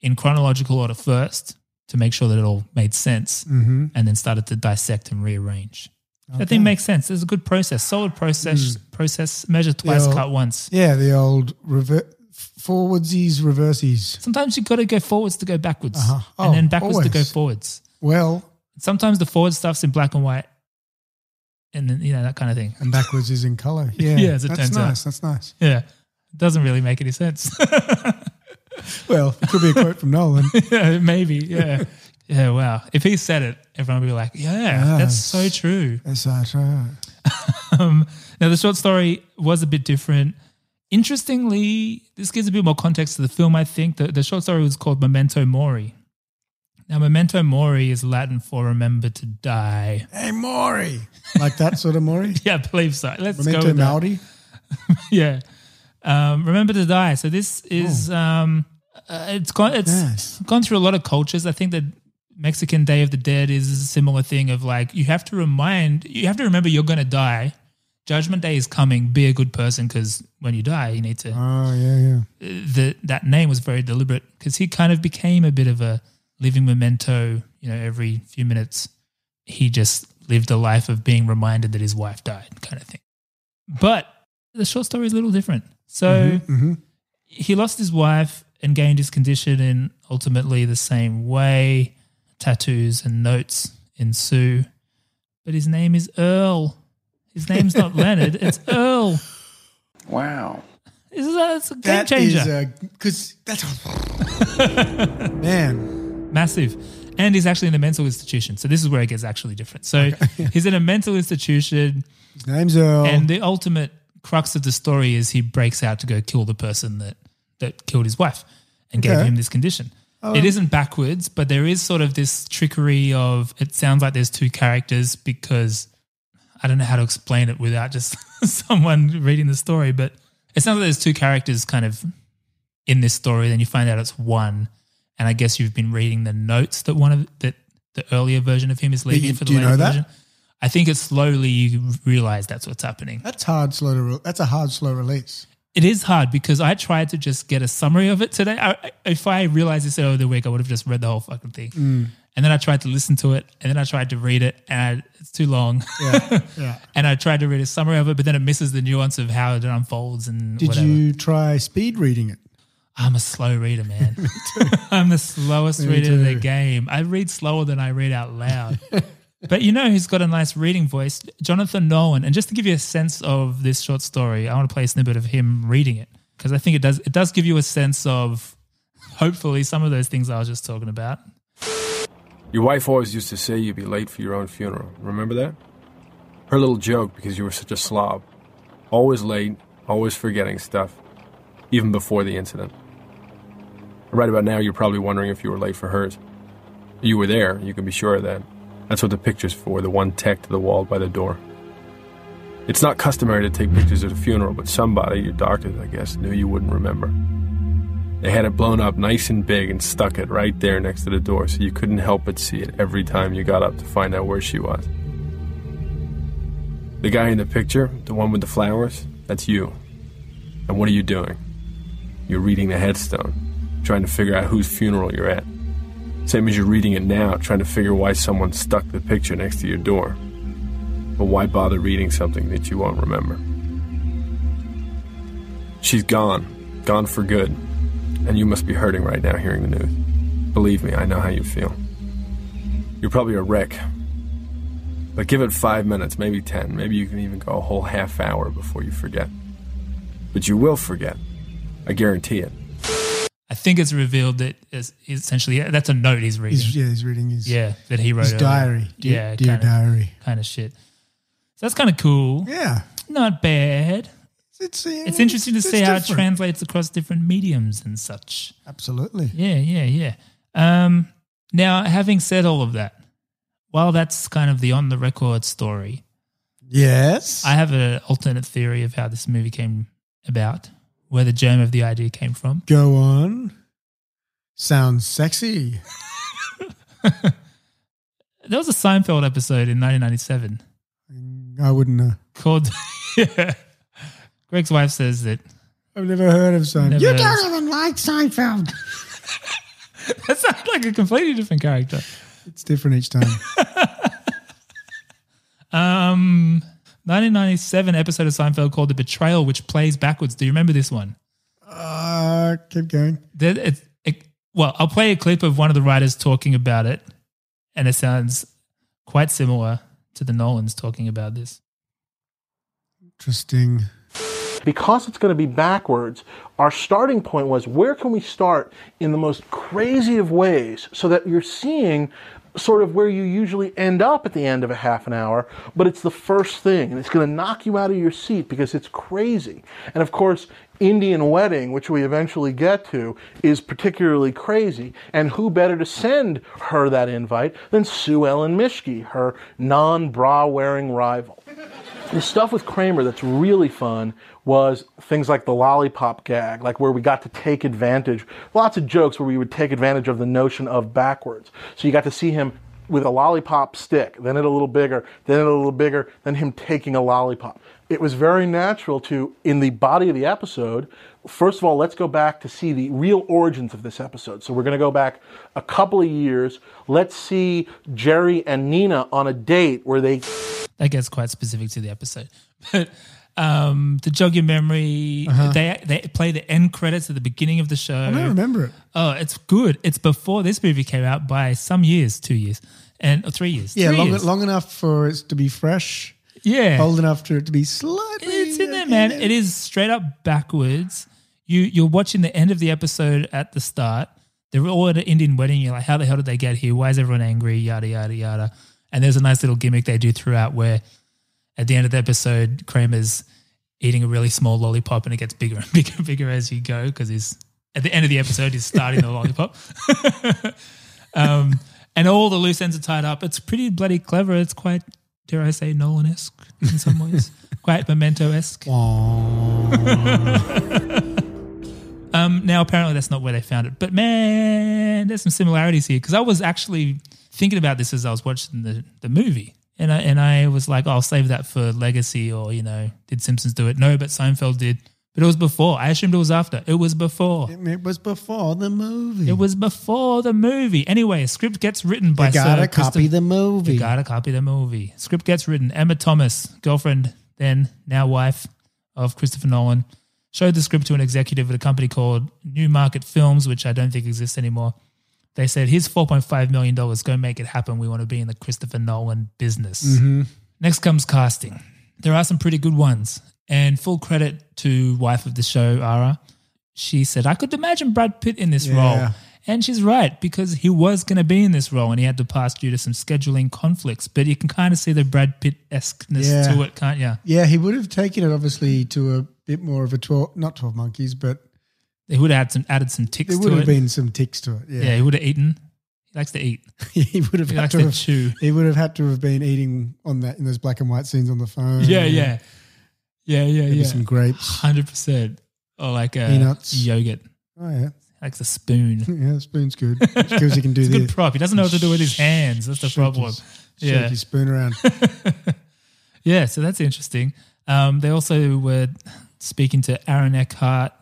Speaker 3: in chronological order
Speaker 4: Mm-hmm.
Speaker 3: first to make sure that it all made sense, and then started to dissect and rearrange. That thing makes sense. It's a good process, solid process. Process measure twice,
Speaker 4: Mm. Yeah.
Speaker 3: cut once.
Speaker 4: Yeah, the old rever- forwardsies, reversies.
Speaker 3: Sometimes you got to go forwards to go backwards,
Speaker 4: Uh-huh.
Speaker 3: and then
Speaker 4: Oh,
Speaker 3: backwards to go
Speaker 4: always.
Speaker 3: forwards.
Speaker 4: Well,
Speaker 3: Sometimes the forward stuff's in black and white, and then you know that kind of thing.
Speaker 4: and backwards is in color. Yeah,
Speaker 3: (laughs) Yeah, as it
Speaker 4: that's
Speaker 3: turns out.
Speaker 4: nice. That's nice.
Speaker 3: Yeah, it doesn't really make any sense. (laughs)
Speaker 4: Well, it could be a quote from Nolan.
Speaker 3: yeah, maybe.
Speaker 4: (laughs)
Speaker 3: Yeah, yeah. Wow. If he said it, everyone would be like, "Yeah, that's so
Speaker 4: Yes.
Speaker 3: true."
Speaker 4: That's uh, true.
Speaker 3: Um, now, the short story was a bit different. Interestingly, this gives a bit more context to the film, I think. The, the short story was called Memento Mori. Now, Memento Mori is Latin for remember to die. (laughs)
Speaker 4: Hey, Maury. Like that sort of Maury?
Speaker 3: Yeah, I believe so. Let's go
Speaker 4: Memento
Speaker 3: with that.
Speaker 4: Maori?
Speaker 3: Yeah. Um, remember to die. So this is, um, uh, it's gone, it's
Speaker 4: Oh. Yes.
Speaker 3: gone through a lot of cultures. I think that Mexican Day of the Dead is a similar thing of like, you have to remind, you have to remember you're going to die. Judgment Day is coming. Be a good person because when you die, you need to
Speaker 4: Oh, yeah, yeah.
Speaker 3: the that name was very deliberate because he kind of became a bit of a living memento. You know, every few minutes, he just lived a life of being reminded that his wife died, kind of thing. But the short story is a little different. So
Speaker 4: Mm-hmm,
Speaker 3: he lost his wife and gained his condition in ultimately the same way. Tattoos and notes ensue, but his name is Earl. His name's
Speaker 4: (laughs)
Speaker 3: not Leonard; it's Earl.
Speaker 2: Wow.
Speaker 3: This is a, it's a game
Speaker 4: That
Speaker 3: changer.
Speaker 4: is a because that's (laughs) man.
Speaker 3: massive. And he's actually in a mental institution. So this is where it gets actually different. So he's in a mental institution,
Speaker 4: His name's Earl.
Speaker 3: and the ultimate crux of the story is he breaks out to go kill the person that that killed his wife and gave
Speaker 4: Okay.
Speaker 3: him this condition. it isn't backwards, but there is sort of this trickery of it sounds like there's two characters because I don't know how to explain it without just (laughs) someone reading the story, but it sounds like there's two characters kind of in this story, then you find out it's one. And I guess you've been reading the notes that one of that the earlier version of him is leaving
Speaker 4: you-
Speaker 3: for the
Speaker 4: do you
Speaker 3: later
Speaker 4: know that?
Speaker 3: version. I think it's slowly you realize that's what's happening.
Speaker 4: that's hard slow. To re- that's a hard slow
Speaker 3: (laughs)
Speaker 4: release.
Speaker 3: It is hard because I tried to just get a summary of it today. I, I- if I realized this over the week, I would have just read the whole fucking thing.
Speaker 4: Mm.
Speaker 3: And then I tried to listen to it, and then I tried to read it, and I, it's too long.
Speaker 4: Yeah, yeah.
Speaker 3: (laughs) and I tried to read a summary of it, but then it misses the nuance of how it unfolds and
Speaker 4: Did
Speaker 3: whatever.
Speaker 4: you try speed reading it?
Speaker 3: I'm a slow reader,
Speaker 4: (laughs)
Speaker 3: man. (laughs) I'm the slowest reader in the
Speaker 4: too.
Speaker 3: game. I read slower than I read out loud. but you know who's got a nice reading voice? Jonathan Nolan. And just to give you a sense of this short story, I want to play a snippet of him reading it because I think it does it does give you a sense of hopefully some of those things I was just talking about.
Speaker 8: Your wife always used to say you'd be late for your own funeral. Remember that? Her little joke because you were such a slob. Always late, always forgetting stuff, even before the incident. Right about now, you're probably wondering if you were late for hers. You were there, you can be sure of that. That's what the picture's for, the one tacked to the wall by the door. It's not customary to take pictures at a funeral, but somebody, your doctors, I guess, knew you wouldn't remember. They had it blown up nice and big and stuck it right there next to the door so you couldn't help but see it every time you got up to find out where she was. The guy in the picture, the one with the flowers, that's you. And what are you doing? You're reading the headstone, trying to figure out whose funeral you're at. Same as you're reading it now, trying to figure why someone stuck the picture next to your door. But why bother reading something that you won't remember? She's gone, gone for good and you must be hurting right now hearing the news. Believe me, I know how you feel. You're probably a wreck. But give it five minutes, maybe ten, maybe you can even go a whole half hour before you forget. But you will forget. I guarantee it.
Speaker 3: I think it's revealed that is essentially that's a note he's reading.
Speaker 4: He's, yeah, he's reading his
Speaker 3: yeah, that he wrote
Speaker 4: his
Speaker 3: earlier.
Speaker 4: diary. Dear,
Speaker 3: yeah,
Speaker 4: dear
Speaker 3: kind of,
Speaker 4: diary.
Speaker 3: kind of shit. So that's kind of cool.
Speaker 4: Yeah,
Speaker 3: Not bad.
Speaker 4: it's
Speaker 3: It's interesting to see how it
Speaker 4: different.
Speaker 3: translates across different mediums and such.
Speaker 4: Absolutely.
Speaker 3: Yeah, yeah, yeah. Um, now, having said all of that, while that's kind of the on the record story,
Speaker 4: Yes.
Speaker 3: I have an alternate theory of how this movie came about, where the germ of the idea came from.
Speaker 4: go on. Sounds sexy.
Speaker 3: There was a Seinfeld episode in 1997
Speaker 4: I wouldn't uh, know.
Speaker 3: called. (laughs) yeah. Greg's wife says that
Speaker 4: I've never heard of Seinfeld.
Speaker 3: Never
Speaker 4: You
Speaker 3: heard of
Speaker 4: don't even like Seinfeld.
Speaker 3: (laughs) that sounds like a completely different character.
Speaker 4: It's different each time.
Speaker 3: Um, 1997 episode of Seinfeld called The Betrayal, which plays backwards. Do you remember this one?
Speaker 4: Uh, keep going.
Speaker 3: There- it- it- well, I'll play a clip of one of the writers talking about it, and it sounds quite similar to the Nolans talking about this.
Speaker 4: Interesting.
Speaker 9: because it's going to be backwards, our starting point was where can we start in the most crazy of ways so that you're seeing sort of where you usually end up at the end of a half an hour, but it's the first thing and it's going to knock you out of your seat because it's crazy. And of course, Indian Wedding, which we eventually get to, is particularly crazy. And who better to send her that invite than Sue Ellen Mishke, her non bra wearing rival? The stuff with Kramer that's really fun was things like the lollipop gag, like where we got to take advantage. Lots of jokes where we would take advantage of the notion of backwards. So you got to see him with a lollipop stick, then it a little bigger, then it a little bigger, then him taking a lollipop. It was very natural to, in the body of the episode, first of all, let's go back to see the real origins of this episode. So we're going to go back a couple of years. Let's see Jerry and Nina on a date where they
Speaker 3: that gets quite specific to the episode. (laughs) But um, to jog your memory, they they play the end credits at the beginning of the show.
Speaker 4: Uh-huh. I don't remember it.
Speaker 3: Oh, it's good. It's before this movie came out by some years, two years, and or three years.
Speaker 4: Yeah,
Speaker 3: Three
Speaker 4: long,
Speaker 3: years.
Speaker 4: long enough for it to be fresh,
Speaker 3: yeah.
Speaker 4: old enough for it to be slightly. uh,
Speaker 3: It's in there, man. It is straight up backwards. You you're watching the end of the episode at the start. They're all at an Indian wedding. You're like, how the hell did they get here? Why is everyone angry? Yada yada yada. And there's a nice little gimmick they do throughout where at the end of the episode, Kramer's eating a really small lollipop and it gets bigger and (laughs) bigger and bigger as you go because he's at the end of the episode he's starting the lollipop. (laughs) um, and all the loose ends are tied up. It's pretty bloody clever. It's quite, dare I say, Nolan esque in some ways,
Speaker 4: (laughs)
Speaker 3: quite memento esque. (laughs) um, now, apparently, that's not where they found it. But man, there's some similarities here because I was actually thinking about this as I was watching the, the movie. And I, and I was like, "Oh, I'll save that for Legacy or, you know, did Simpsons do it? No, but Seinfeld did. But it was before. I assumed it was after. It was before.
Speaker 4: It was before the movie.
Speaker 3: It was before the movie. Anyway, a script gets written by
Speaker 4: you gotta
Speaker 3: Sir
Speaker 4: copy
Speaker 3: Christopher-
Speaker 4: the movie.
Speaker 3: You gotta copy the movie. Script gets written. Emma Thomas, girlfriend, then now wife of Christopher Nolan, showed the script to an executive at a company called New Market Films, which I don't think exists anymore. They said, "Here's four point five million dollars. Go make it happen. We want to be in the Christopher Nolan business." Next comes casting. There are some pretty good ones, and full credit to wife of the show, Ara. She said, "I could imagine Brad Pitt in this
Speaker 4: Yeah.
Speaker 3: role." And she's right because he was going to be in this role and he had to pass due to some scheduling conflicts. But you can kind of see the Brad Pitt esqueness
Speaker 4: Yeah.
Speaker 3: to it, can't you?
Speaker 4: yeah, he would have taken it obviously to a bit more of a twelve, not twelve monkeys, but
Speaker 3: They would have added some, added some ticks
Speaker 4: there
Speaker 3: to
Speaker 4: would have
Speaker 3: it.
Speaker 4: been some ticks to it.
Speaker 3: yeah.
Speaker 4: Yeah,
Speaker 3: he would have eaten. He likes to eat. (laughs)
Speaker 4: (laughs) he would have
Speaker 3: He
Speaker 4: had
Speaker 3: likes
Speaker 4: to
Speaker 3: to
Speaker 4: have,
Speaker 3: chew.
Speaker 4: he would have had to have been eating on that in those black and white scenes on the phone.
Speaker 3: Yeah, yeah, yeah, yeah,
Speaker 4: maybe
Speaker 3: yeah.
Speaker 4: some grapes.
Speaker 3: (sighs) Hundred percent, or like a
Speaker 4: Peanuts.
Speaker 3: yogurt,
Speaker 4: Oh yeah,
Speaker 3: like a spoon.
Speaker 4: yeah, spoon's
Speaker 3: (laughs)
Speaker 4: good. Because you can do
Speaker 3: It's a good
Speaker 4: the
Speaker 3: prop. He doesn't know what to do with his hands. That's the
Speaker 4: shake your-
Speaker 3: problem.
Speaker 4: shake
Speaker 3: Yeah.
Speaker 4: your
Speaker 3: (laughs)
Speaker 4: spoon around.
Speaker 3: Yeah, so that's interesting. Um, they also were speaking to Aaron Eckhart.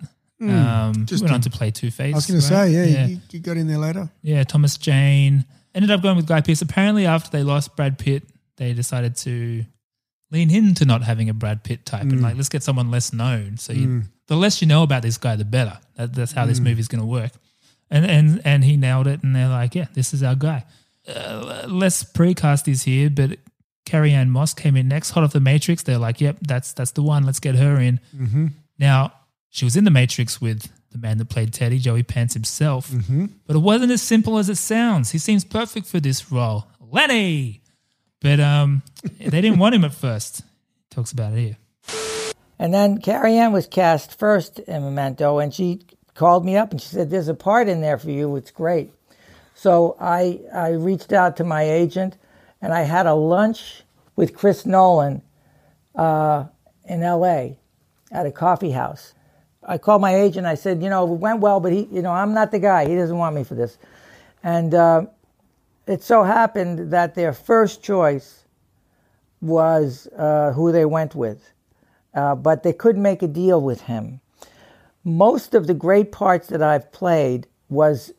Speaker 3: um,
Speaker 4: Hmm. just
Speaker 3: went on
Speaker 4: in-
Speaker 3: to play Two Face.
Speaker 4: I was going to say, yeah, You, you got in there later.
Speaker 3: Yeah, Thomas Jane ended up going with Guy Pearce. Apparently, after they lost Brad Pitt, they decided to lean into not having a Brad Pitt type and like let's get someone less known. So you, the less you know about this guy, the better. That, that's how this movie's going to work. And and and he nailed it. And they're like, yeah, this is our guy. Uh, less precast is here, but Carrie Ann Moss came in next, hot off the Matrix. They're like, yep, that's that's the one. Let's get her in. Now, she was in The Matrix with the man that played Teddy, Joey Pants himself, but it wasn't as simple as it sounds. He seems perfect for this role, Lenny. But um, they didn't want him at first. Talks about it here.
Speaker 10: And then Carrie Ann was cast first in Memento, and she called me up and she said, "There's a part in there for you. It's great." So I I reached out to my agent, and I had a lunch with Chris Nolan uh, in L.A. at a coffee house. I called my agent. I said, "You know, it went well, but he, you know, I'm not the guy. He doesn't want me for this." And uh, it so happened that their first choice was uh, who they went with uh, but they couldn't make a deal with him. Most of the great parts that I've played was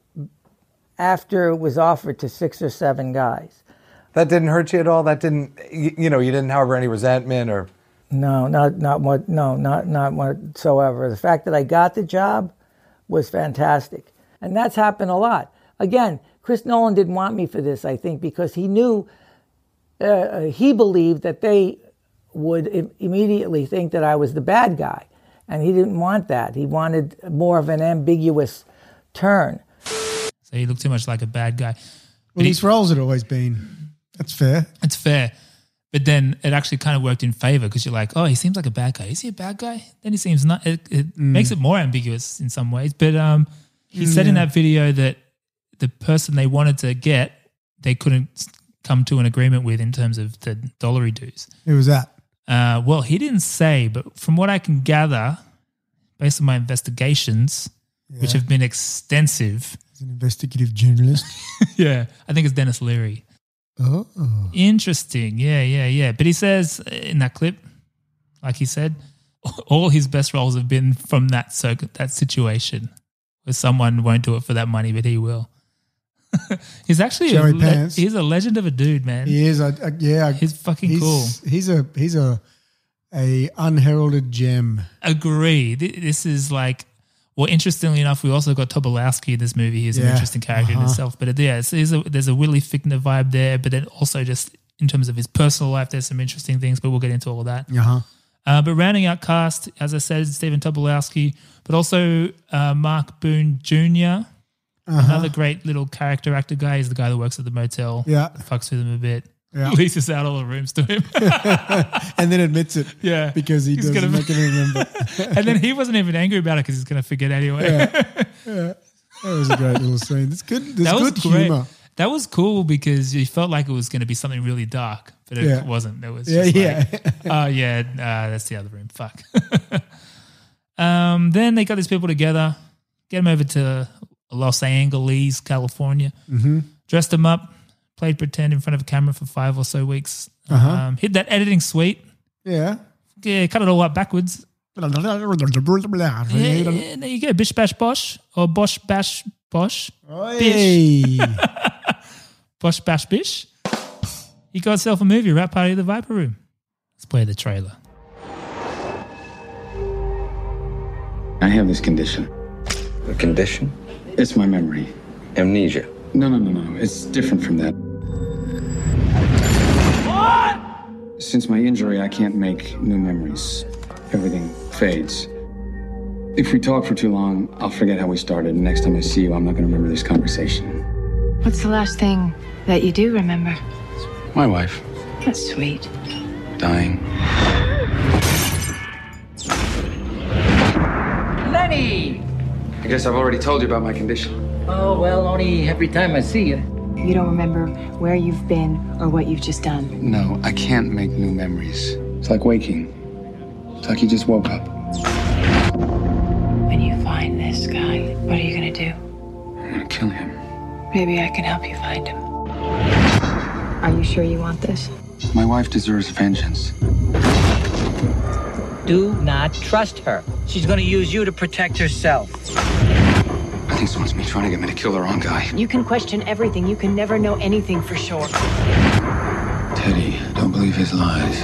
Speaker 10: after it was offered to six or seven guys.
Speaker 11: that didn't hurt you at all. That didn't, you, you know, you didn't harbor any resentment or.
Speaker 10: No, not not what. No, not not whatsoever. The fact that I got the job was fantastic, and that's happened a lot. Again, Chris Nolan didn't want me for this, I think, because he knew, uh, he believed that they would Im- immediately think that I was the bad guy, and he didn't want that. He wanted more of an ambiguous turn.
Speaker 3: So he looked too much like a bad guy.
Speaker 4: Well, his roles had always been. That's fair.
Speaker 3: It's fair. But then it actually kind of worked in favor because you're like, oh, he seems like a bad guy. Is he a bad guy? Then he seems not. It, it makes it more ambiguous in some ways. But um, he said in that video that the person they wanted to get, they couldn't come to an agreement with in terms of the dollary dues.
Speaker 4: Who was that?
Speaker 3: Uh, well, he didn't say, but from what I can gather, based on my investigations, which
Speaker 4: Yeah.
Speaker 3: have been extensive, (laughs)
Speaker 4: He's an investigative journalist.
Speaker 3: yeah, I think it's Dennis Leary.
Speaker 4: oh.
Speaker 3: Interesting. Yeah, yeah, yeah. But he says in that clip, like he said, (laughs) all his best roles have been from that circ that situation where someone won't do it for that money, but he will. (laughs) he's actually a
Speaker 4: Joey
Speaker 3: le-
Speaker 4: Pants.
Speaker 3: he's a legend of a dude, man.
Speaker 4: He is. I, I, yeah, I-
Speaker 3: He's fucking
Speaker 4: he's,
Speaker 3: cool.
Speaker 4: He's a he's a a unheralded gem.
Speaker 3: Agree. Th- This is like. Well, interestingly enough, we also got Tobolowski in this movie. He's an
Speaker 4: Yeah.
Speaker 3: interesting character in
Speaker 4: Uh-huh.
Speaker 3: itself. But it, yeah, it's, there's a, there's a Willy Fickner vibe there. But then also just in terms of his personal life, there's some interesting things. But we'll get into all of that.
Speaker 4: Uh huh.
Speaker 3: Uh, but rounding out cast, as I said, is Stephen Tobolowsky, but also uh, Mark Boone junior
Speaker 4: Uh-huh.
Speaker 3: another great little character actor guy. He's the guy that works at the motel.
Speaker 4: Yeah.
Speaker 3: that fucks with him a bit.
Speaker 4: Yeah.
Speaker 3: (laughs) Leases out all the rooms to him. (laughs)
Speaker 4: And then admits it.
Speaker 3: Yeah.
Speaker 4: (laughs) Because he
Speaker 3: He's
Speaker 4: doesn't
Speaker 3: gonna-
Speaker 4: make it
Speaker 3: (laughs)
Speaker 4: remember.
Speaker 3: and then he wasn't even angry about it because he's going to forget anyway. (laughs)
Speaker 4: That was a great little scene. It's good. There's
Speaker 3: that was
Speaker 4: good
Speaker 3: great.
Speaker 4: humor.
Speaker 3: That was cool because you felt like it was going to be something really dark, but it
Speaker 4: Yeah.
Speaker 3: wasn't. It was
Speaker 4: Yeah,
Speaker 3: just
Speaker 4: yeah. (laughs)
Speaker 3: like, oh yeah, uh, that's the other room. Fuck. (laughs) um, then they got these people together, get them over to Los Angeles, California, mm-hmm. dressed them up, played pretend in front of a camera for five or so weeks,
Speaker 4: Uh-huh.
Speaker 3: um, hit that editing suite,
Speaker 4: Yeah.
Speaker 3: yeah, cut it all up backwards.
Speaker 4: Oh,
Speaker 3: Yeah, yeah, there you go, bish bash bosh or bosh bash bosh.
Speaker 4: Hey.
Speaker 3: Bosh Bash Bish. He got himself a movie, Rat Party at the Viper Room. Let's play the trailer.
Speaker 1: I have this condition.
Speaker 6: The condition?
Speaker 1: It's my memory.
Speaker 6: Amnesia.
Speaker 1: No, no, no, no. It's different from that. Since my injury, I can't make new memories. Everything fades. If we talk for too long, I'll forget how we started. And next time I see you, I'm not going to remember this conversation.
Speaker 12: What's the last thing that you do remember?
Speaker 7: My wife
Speaker 12: That's sweet.
Speaker 7: dying.
Speaker 13: Lenny!
Speaker 1: I guess I've already told you about my condition.
Speaker 13: Oh, well, only every time I see you.
Speaker 12: You don't remember where you've been or what you've just done.
Speaker 1: No, I can't make new memories. It's like waking. It's like you just woke up.
Speaker 12: When you find this guy, what are you gonna do?
Speaker 1: I'm going to kill him.
Speaker 12: Maybe I can help you find him. Are you sure you want this?
Speaker 1: My wife deserves vengeance.
Speaker 13: Do not trust her. She's gonna use you to protect herself.
Speaker 1: I think someone's been trying to get me to kill the wrong guy.
Speaker 12: You can question everything. You can never know anything for sure.
Speaker 1: Teddy, don't believe his lies.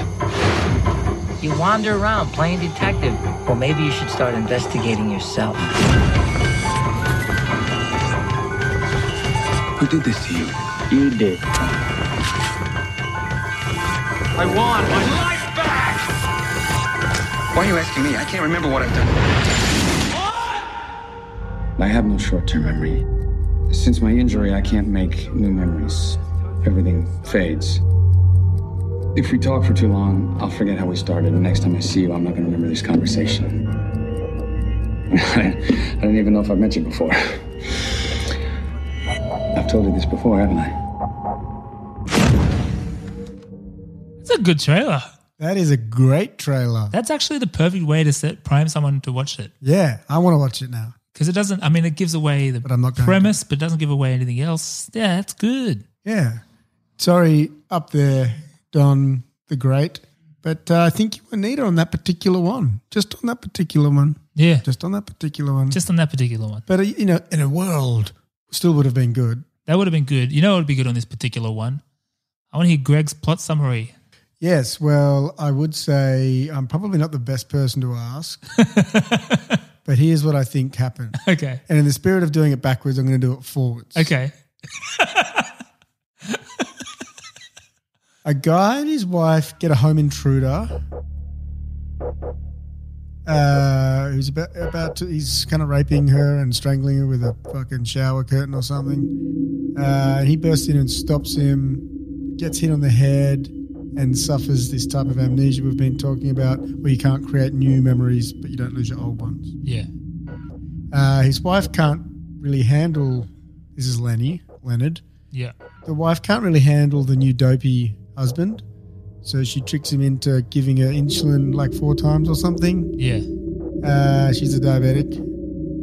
Speaker 13: You wander around playing detective. Well, maybe you should start investigating yourself.
Speaker 1: Who did this to you?
Speaker 13: You did.
Speaker 1: I want my life back! Why are you asking me? I can't remember what I've done. I have no short term memory. Since my injury, I can't make new memories. Everything fades. If we talk for too long, I'll forget how we started, and next time I see you, I'm not going to remember this conversation. (laughs) I don't even know if I've met you before. I've told you this before, haven't I?
Speaker 3: It's a good trailer.
Speaker 4: That is a great trailer.
Speaker 3: That's actually the perfect way to set, prime someone to watch it
Speaker 4: Yeah, I want to watch it now.
Speaker 3: because it doesn't. I mean, it gives away the
Speaker 4: I'm not going to.
Speaker 3: premise, but doesn't give away anything else. Yeah, that's good.
Speaker 4: Yeah. Sorry, up there, Don the Great. But uh, I think you were neater on that particular one. Just on that particular one.
Speaker 3: Yeah,
Speaker 4: Just on that particular one.
Speaker 3: just on that particular one,
Speaker 4: but, uh, you know, in a world, still would have been good.
Speaker 3: that would have been good. You know, it would be good on this particular one. I want to hear Greg's plot summary.
Speaker 4: Yes, well, I would say I'm probably not the best person to ask, but here's what I think happened.
Speaker 3: Okay.
Speaker 4: And in the spirit of doing it backwards, I'm going to do it forwards.
Speaker 3: Okay.
Speaker 4: a guy and his wife get a home intruder uh, who's about, about to, he's kind of raping her and strangling her with a fucking shower curtain or something. Uh, he bursts in and stops him, gets hit on the head, and suffers this type of amnesia we've been talking about, where you can't create new memories, but you don't lose your old ones.
Speaker 3: Yeah.
Speaker 4: Uh, his wife can't really handle. This is Lenny, Leonard.
Speaker 3: Yeah.
Speaker 4: The wife can't really handle the new dopey husband. So she tricks him into giving her insulin like four times or something.
Speaker 3: Yeah.
Speaker 4: Uh, she's a diabetic,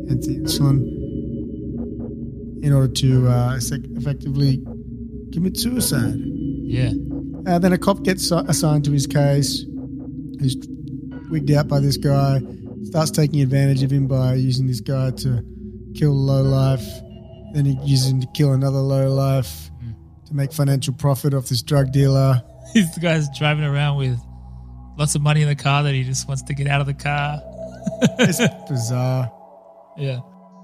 Speaker 4: hence the insulin, in order to uh, effectively commit suicide.
Speaker 3: Yeah. (laughs)
Speaker 4: Uh, then a cop gets assigned to his case, who's wigged out by this guy, starts taking advantage of him by using this guy to kill a low life. Then he uses him to kill another low life mm. to make financial profit off this drug dealer
Speaker 3: this guy's driving around with lots of money in the car that he just wants to get out of the car.
Speaker 4: it's (laughs) bizarre.
Speaker 3: Yeah.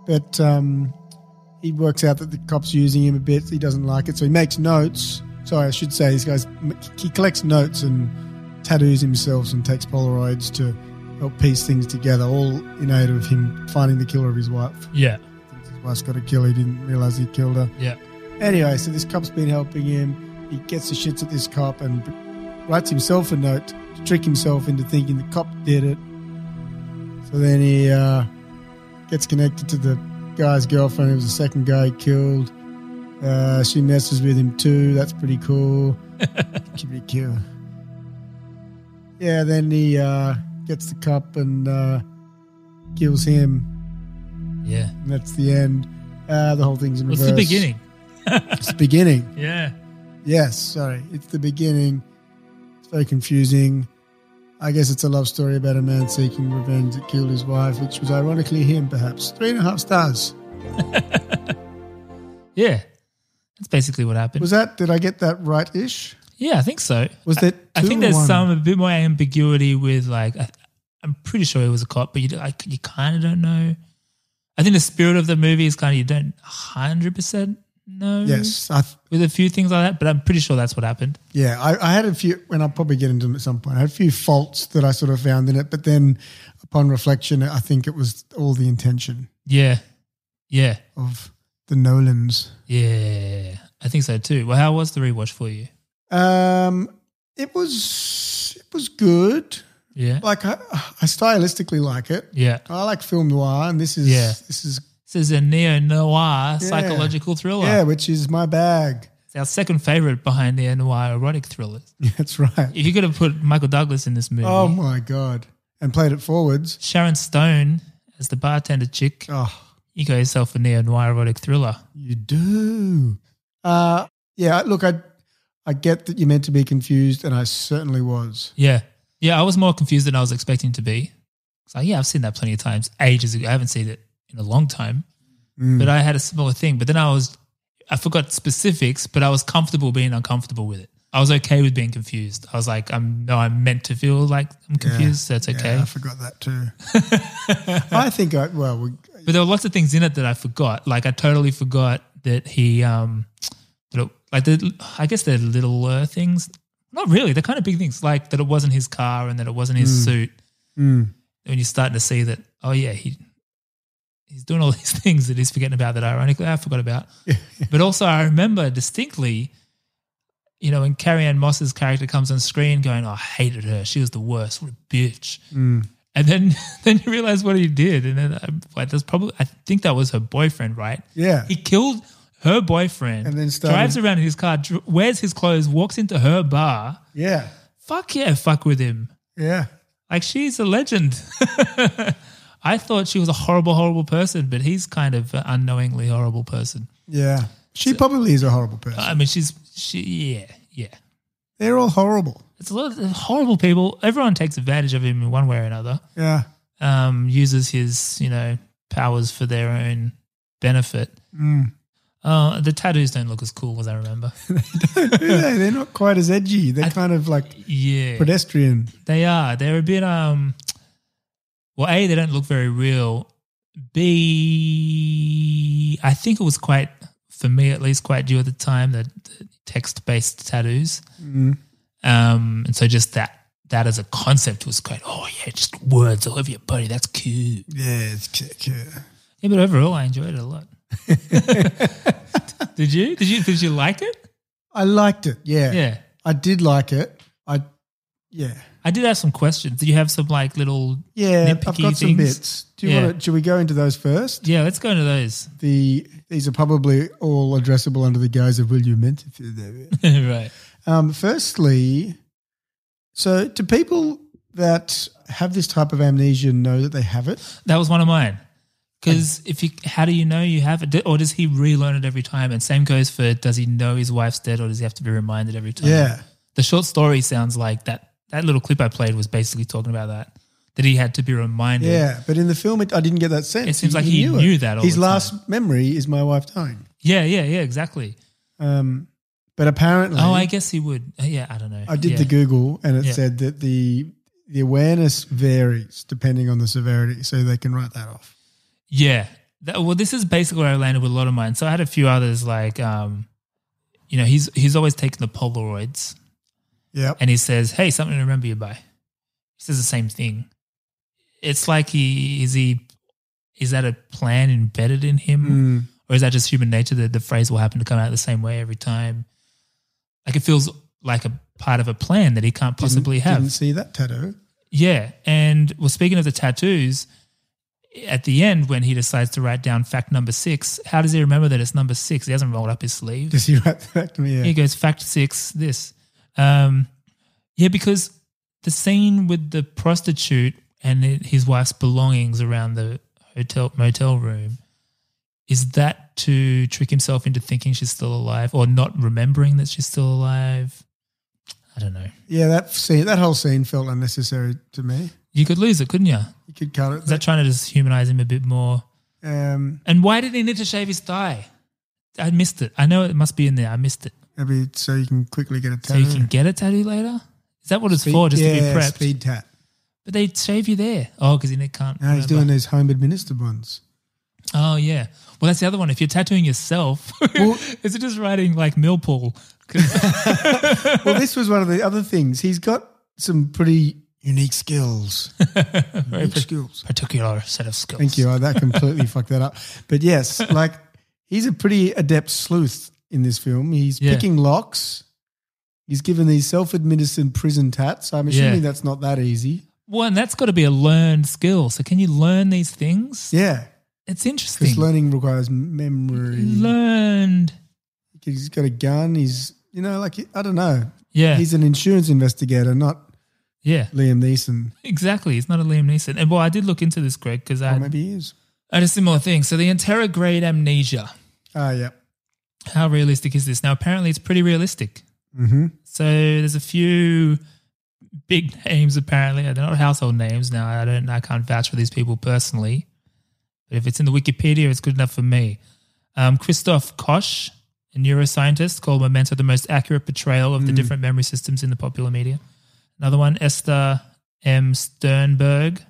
Speaker 4: But um, he works out that the cop's using him a bit. He doesn't like it. So he makes notes. Sorry, I should say this guy's, he collects notes and tattoos himself and takes Polaroids to help piece things together, all in aid of him finding the killer of his wife.
Speaker 3: Yeah.
Speaker 4: His wife's got a killer. He didn't realize he killed her.
Speaker 3: Yeah.
Speaker 4: Anyway, so this cop's been helping him he gets the shits at this cop and writes himself a note to trick himself into thinking the cop did it. So then he uh, gets connected to the guy's girlfriend, who was the second guy he killed. Uh, she messes with him too. That's
Speaker 3: (laughs)
Speaker 4: pretty cool. pretty cute. Yeah, then he uh, gets the cop and uh, kills him.
Speaker 3: Yeah.
Speaker 4: And that's the end. Uh, the whole thing's in reverse.
Speaker 3: It's the beginning.
Speaker 4: it's the beginning.
Speaker 3: Yeah.
Speaker 4: Yes, sorry. It's the beginning. It's very confusing. I guess it's a love story about a man seeking revenge that killed his wife, which was ironically him, perhaps. Three and a half stars.
Speaker 3: yeah. That's basically what happened.
Speaker 4: Was that, did I get that right ish?
Speaker 3: Yeah, I think so.
Speaker 4: Was that
Speaker 3: I, I think there's one? some, a bit more ambiguity with like, I, am pretty sure he was a cop, but you, like, you kind of don't know. I think the spirit of the movie is kind of, you don't 100% no.
Speaker 4: Yes,
Speaker 3: th- with a few things like that, but I'm pretty sure that's what happened.
Speaker 4: Yeah, I, I had a few, and I'll probably get into them at some point. I had a few faults that I sort of found in it, but then upon reflection, I think it was all the intention.
Speaker 3: Yeah, yeah.
Speaker 4: Of the Nolans.
Speaker 3: Yeah, I think so too. Well, how was the rewatch for you?
Speaker 4: Um, it was it was good.
Speaker 3: Yeah,
Speaker 4: like I, I stylistically like it.
Speaker 3: Yeah,
Speaker 4: I like film noir, and this is yeah. this is
Speaker 3: this is a neo noir yeah. psychological thriller.
Speaker 4: Yeah, which is my bag. (laughs)
Speaker 3: It's our second favorite behind neo noir erotic thrillers.
Speaker 4: That's right.
Speaker 3: If you could have put Michael Douglas in this movie.
Speaker 4: (laughs) Oh my God. And played it forwards.
Speaker 3: Sharon Stone as the bartender chick.
Speaker 4: Oh.
Speaker 3: You got yourself a neo noir erotic thriller.
Speaker 4: You do. Uh, yeah, look, I, I get that you're meant to be confused, and I certainly was.
Speaker 3: Yeah. Yeah, I was more confused than I was expecting to be. It's like, yeah, I've seen that plenty of times, ages ago. I haven't seen it in a long time. Mm. But I had a similar thing. But then I was, I forgot specifics, but I was comfortable being uncomfortable with it. I was okay with being confused. I was like, I'm no, I'm meant to feel like I'm confused. Yeah, so it's okay.
Speaker 4: Yeah, I forgot that (laughs) too. I think I well, we,
Speaker 3: but there were lots of things in it that I forgot. Like I totally forgot that he, um, that it, like the, I guess they're littler things. Not really. They're kind of big things. Like that it wasn't his car and that it wasn't his mm. suit.
Speaker 4: Mm.
Speaker 3: When you're starting to see that, oh yeah, he he's doing all (laughs) these things that he's forgetting about that ironically I forgot about. but also I remember distinctly, you know, when Carrie Ann Moss's character comes on screen going, oh, I hated her. She was the worst. What a bitch.
Speaker 4: Mm.
Speaker 3: And then (laughs) then you realize what he did. And then I'm like, there's probably I think that was her boyfriend, right?
Speaker 4: Yeah.
Speaker 3: He killed her boyfriend
Speaker 4: and then
Speaker 3: started, drives around in his car, dr- wears his clothes, walks into her bar.
Speaker 4: Yeah.
Speaker 3: Fuck yeah, fuck with him.
Speaker 4: Yeah.
Speaker 3: Like she's a legend. (laughs) I thought she was a horrible, horrible person, but he's kind of an unknowingly horrible person.
Speaker 4: Yeah, she so, Uh, probably is a horrible person. I
Speaker 3: mean, she's she, yeah, yeah.
Speaker 4: They're all horrible.
Speaker 3: It's a lot of horrible people. Everyone takes advantage of him in one way or another.
Speaker 4: Yeah,
Speaker 3: um, uses his you know powers for their own benefit.
Speaker 4: Mm.
Speaker 3: Uh, the tattoos don't look as cool as I remember.
Speaker 4: (laughs)
Speaker 3: (laughs)
Speaker 4: Yeah, they're not quite as edgy. They're kind of like
Speaker 3: yeah.
Speaker 4: pedestrian.
Speaker 3: They are. They're a bit um well, A, they don't look very real. B I think it was quite for me at least quite due at the time the, the text based tattoos.
Speaker 4: Mm.
Speaker 3: Um and so just that that as a concept was quite oh yeah, just words all over your body. That's cute.
Speaker 4: Yeah, it's cute. cute.
Speaker 3: Yeah, but overall I enjoyed it a
Speaker 4: (laughs)
Speaker 3: lot. did you? Did you did you like it?
Speaker 4: I liked it. Yeah.
Speaker 3: Yeah.
Speaker 4: I did like it. I, yeah.
Speaker 3: I did have some questions. Do you have some like little
Speaker 4: Yeah,
Speaker 3: nitpicky
Speaker 4: I've got
Speaker 3: things?
Speaker 4: some bits. Do you
Speaker 3: yeah.
Speaker 4: want to, should we go into those first?
Speaker 3: yeah, let's go into those.
Speaker 4: The these are probably all addressable under the guise of will you meant if
Speaker 3: (laughs)
Speaker 4: you
Speaker 3: right.
Speaker 4: Um, firstly, so do people that have this type of amnesia know that they have it?
Speaker 3: That was one of mine. Because if you, how do you know you have it? Or does he relearn it every time? And same goes for does he know his wife's dead or does he have to be reminded every time?
Speaker 4: Yeah.
Speaker 3: The short story sounds like that. That little clip I played was basically talking about that, that he had to be reminded.
Speaker 4: Yeah, but in the film, it, I didn't get that sense.
Speaker 3: It seems like he knew that all
Speaker 4: His
Speaker 3: the
Speaker 4: last memory is my wife dying.
Speaker 3: Yeah, yeah, yeah, exactly.
Speaker 4: Um, but apparently,
Speaker 3: Oh, I guess he would. Uh, Yeah, I don't know.
Speaker 4: I did
Speaker 3: Yeah.
Speaker 4: the Google and it
Speaker 3: Yeah.
Speaker 4: said that the the awareness varies depending on the severity, so they can write that off.
Speaker 3: Yeah. That- well, this is basically where I landed with a lot of mine. So I had a few others like, um, you know, he's he's always taking the Polaroids.
Speaker 4: Yep.
Speaker 3: And he says, "Hey, something to remember you by." He says the same thing. It's like he is he is that a plan embedded in
Speaker 4: Hmm.
Speaker 3: him, or is that just human nature that the phrase will happen to come out the same way every time? Like it feels like a part of a plan that he can't possibly
Speaker 4: didn't,
Speaker 3: have.
Speaker 4: Didn't see that tattoo.
Speaker 3: Yeah. And well, speaking of the tattoos, at the end when he decides to write down fact number six, how does he remember that it's number six? He hasn't rolled up his sleeve.
Speaker 4: Does he (laughs) write that to me? Yeah.
Speaker 3: He goes fact six. This, um, yeah, because the scene with the prostitute and i- his wife's belongings around the hotel motel room is that to trick himself into thinking she's still alive or not remembering that she's still alive? I don't know.
Speaker 4: Yeah, that scene, that whole scene felt unnecessary to me.
Speaker 3: You could lose it, couldn't you?
Speaker 4: You could cut it.
Speaker 3: Is that trying to just humanize him a bit more?
Speaker 4: Um,
Speaker 3: And why did he need to shave his thigh? I missed it. I know it must be in there. I missed it.
Speaker 4: maybe so you can quickly get a
Speaker 3: So
Speaker 4: tattoo.
Speaker 3: you can get a tattoo later? Is that what it's for? Just to be
Speaker 4: yeah,
Speaker 3: prepped?
Speaker 4: Speed tat.
Speaker 3: But they shave you there. Oh, because he can't.
Speaker 4: No, he's
Speaker 3: remember.
Speaker 4: doing these home administered ones.
Speaker 3: Oh, yeah. Well, that's the other one. If you're tattooing yourself, (laughs) is it just writing like Millpool? (laughs) 'Cause-
Speaker 4: well, this was one of the other things. He's got some pretty unique skills.
Speaker 3: Very
Speaker 4: unique
Speaker 3: par-
Speaker 4: skills.
Speaker 3: particular set of skills.
Speaker 4: Thank you. I,
Speaker 3: (laughs)
Speaker 4: that completely fucked that up. But yes, like he's a pretty adept sleuth in this film. He's
Speaker 3: Yeah.
Speaker 4: picking locks. He's given these self-administered prison tats. I'm assuming
Speaker 3: Yeah.
Speaker 4: that's not that easy.
Speaker 3: Well, and that's got to be a learned skill. So can you learn these things?
Speaker 4: Yeah,
Speaker 3: It's
Speaker 4: because
Speaker 3: interesting.
Speaker 4: learning requires memory.
Speaker 3: learned.
Speaker 4: He's got a gun. He's you know like I don't know.
Speaker 3: Yeah.
Speaker 4: he's an insurance investigator, not
Speaker 3: Yeah.
Speaker 4: Liam Neeson.
Speaker 3: Exactly. It's not a Liam Neeson. And well, I did look into this, Greg, because I,
Speaker 4: Or maybe he is.
Speaker 3: I had a similar thing. So the interrograde amnesia.
Speaker 4: Ah, yeah.
Speaker 3: How realistic is this? Now, apparently, it's pretty realistic.
Speaker 4: Mm-hmm.
Speaker 3: So there's a few big (laughs) names apparently. They're not household names now. I don't. I can't vouch for these people personally, but if it's in the Wikipedia, it's good enough for me. Um, Christoph Koch, a neuroscientist, called Memento the most accurate portrayal of the
Speaker 4: Mm.
Speaker 3: different memory systems in the popular media. Another one, Esther M. Sternberg,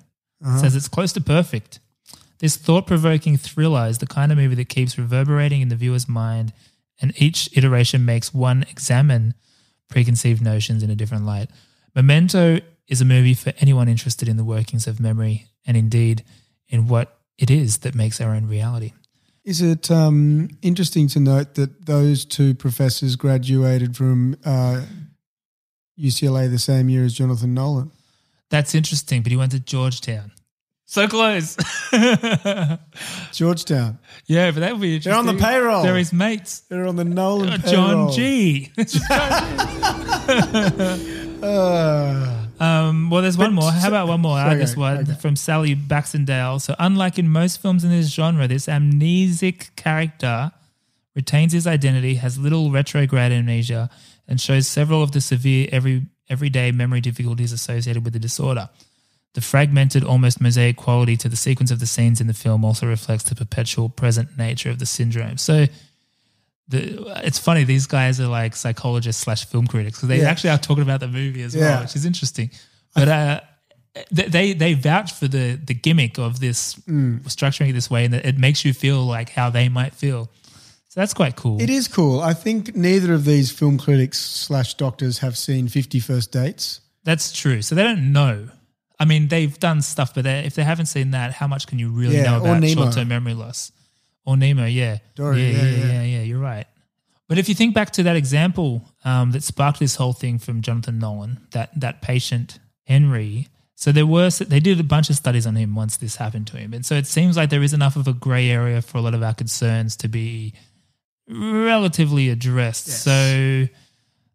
Speaker 4: Uh-huh.
Speaker 3: says it's close to perfect. This thought provoking thriller is the kind of movie that keeps reverberating in the viewer's mind, and each iteration makes one examine preconceived notions in a different light. Memento is a movie for anyone interested in the workings of memory and indeed in what it is that makes our own reality.
Speaker 4: Is it um, interesting to note that those two professors graduated from uh, UCLA the same year as Jonathan Nolan?
Speaker 3: That's interesting, but he went to Georgetown. So close. (laughs)
Speaker 4: Georgetown.
Speaker 3: yeah, but that would be interesting.
Speaker 4: They're on the payroll.
Speaker 3: They're his mates.
Speaker 4: They're on the Nolan payroll.
Speaker 3: Oh, John G.
Speaker 4: Uh,
Speaker 3: Um, well, there's one
Speaker 4: But-
Speaker 3: more. How about one more? I
Speaker 4: Okay,
Speaker 3: guess one
Speaker 4: okay.
Speaker 3: from Sally Baxendale. So, unlike in most films in this genre, this amnesic character retains his identity, has little retrograde amnesia, and shows several of the severe every everyday memory difficulties associated with the disorder. The fragmented, almost mosaic quality to the sequence of the scenes in the film also reflects the perpetual present nature of the syndrome. So, the, it's funny these guys are like psychologists slash film critics because they
Speaker 14: Yeah.
Speaker 3: actually are talking about the movie as
Speaker 14: Yeah.
Speaker 3: well, which is interesting. But uh, th- they they vouch for the the gimmick of this
Speaker 14: Mm.
Speaker 3: structuring it this way, and that it makes you feel like how they might feel. So that's quite cool.
Speaker 14: It is cool. I think neither of these film critics slash doctors have seen Fifty First Dates.
Speaker 3: That's true. So they don't know. I mean, they've done stuff, but they, if they haven't seen that, how much can you really
Speaker 14: Yeah,
Speaker 3: know
Speaker 14: or
Speaker 3: about
Speaker 14: Nemo.
Speaker 3: short term memory loss? Or Nemo, yeah.
Speaker 14: Dory,
Speaker 3: yeah,
Speaker 14: yeah,
Speaker 3: yeah,
Speaker 14: yeah.
Speaker 3: yeah, yeah, You're right. But if you think back to that example um, that sparked this whole thing from Jonathan Nolan, that that patient Henry. So there were they did a bunch of studies on him once this happened to him, and so it seems like there is enough of a grey area for a lot of our concerns to be relatively addressed. So,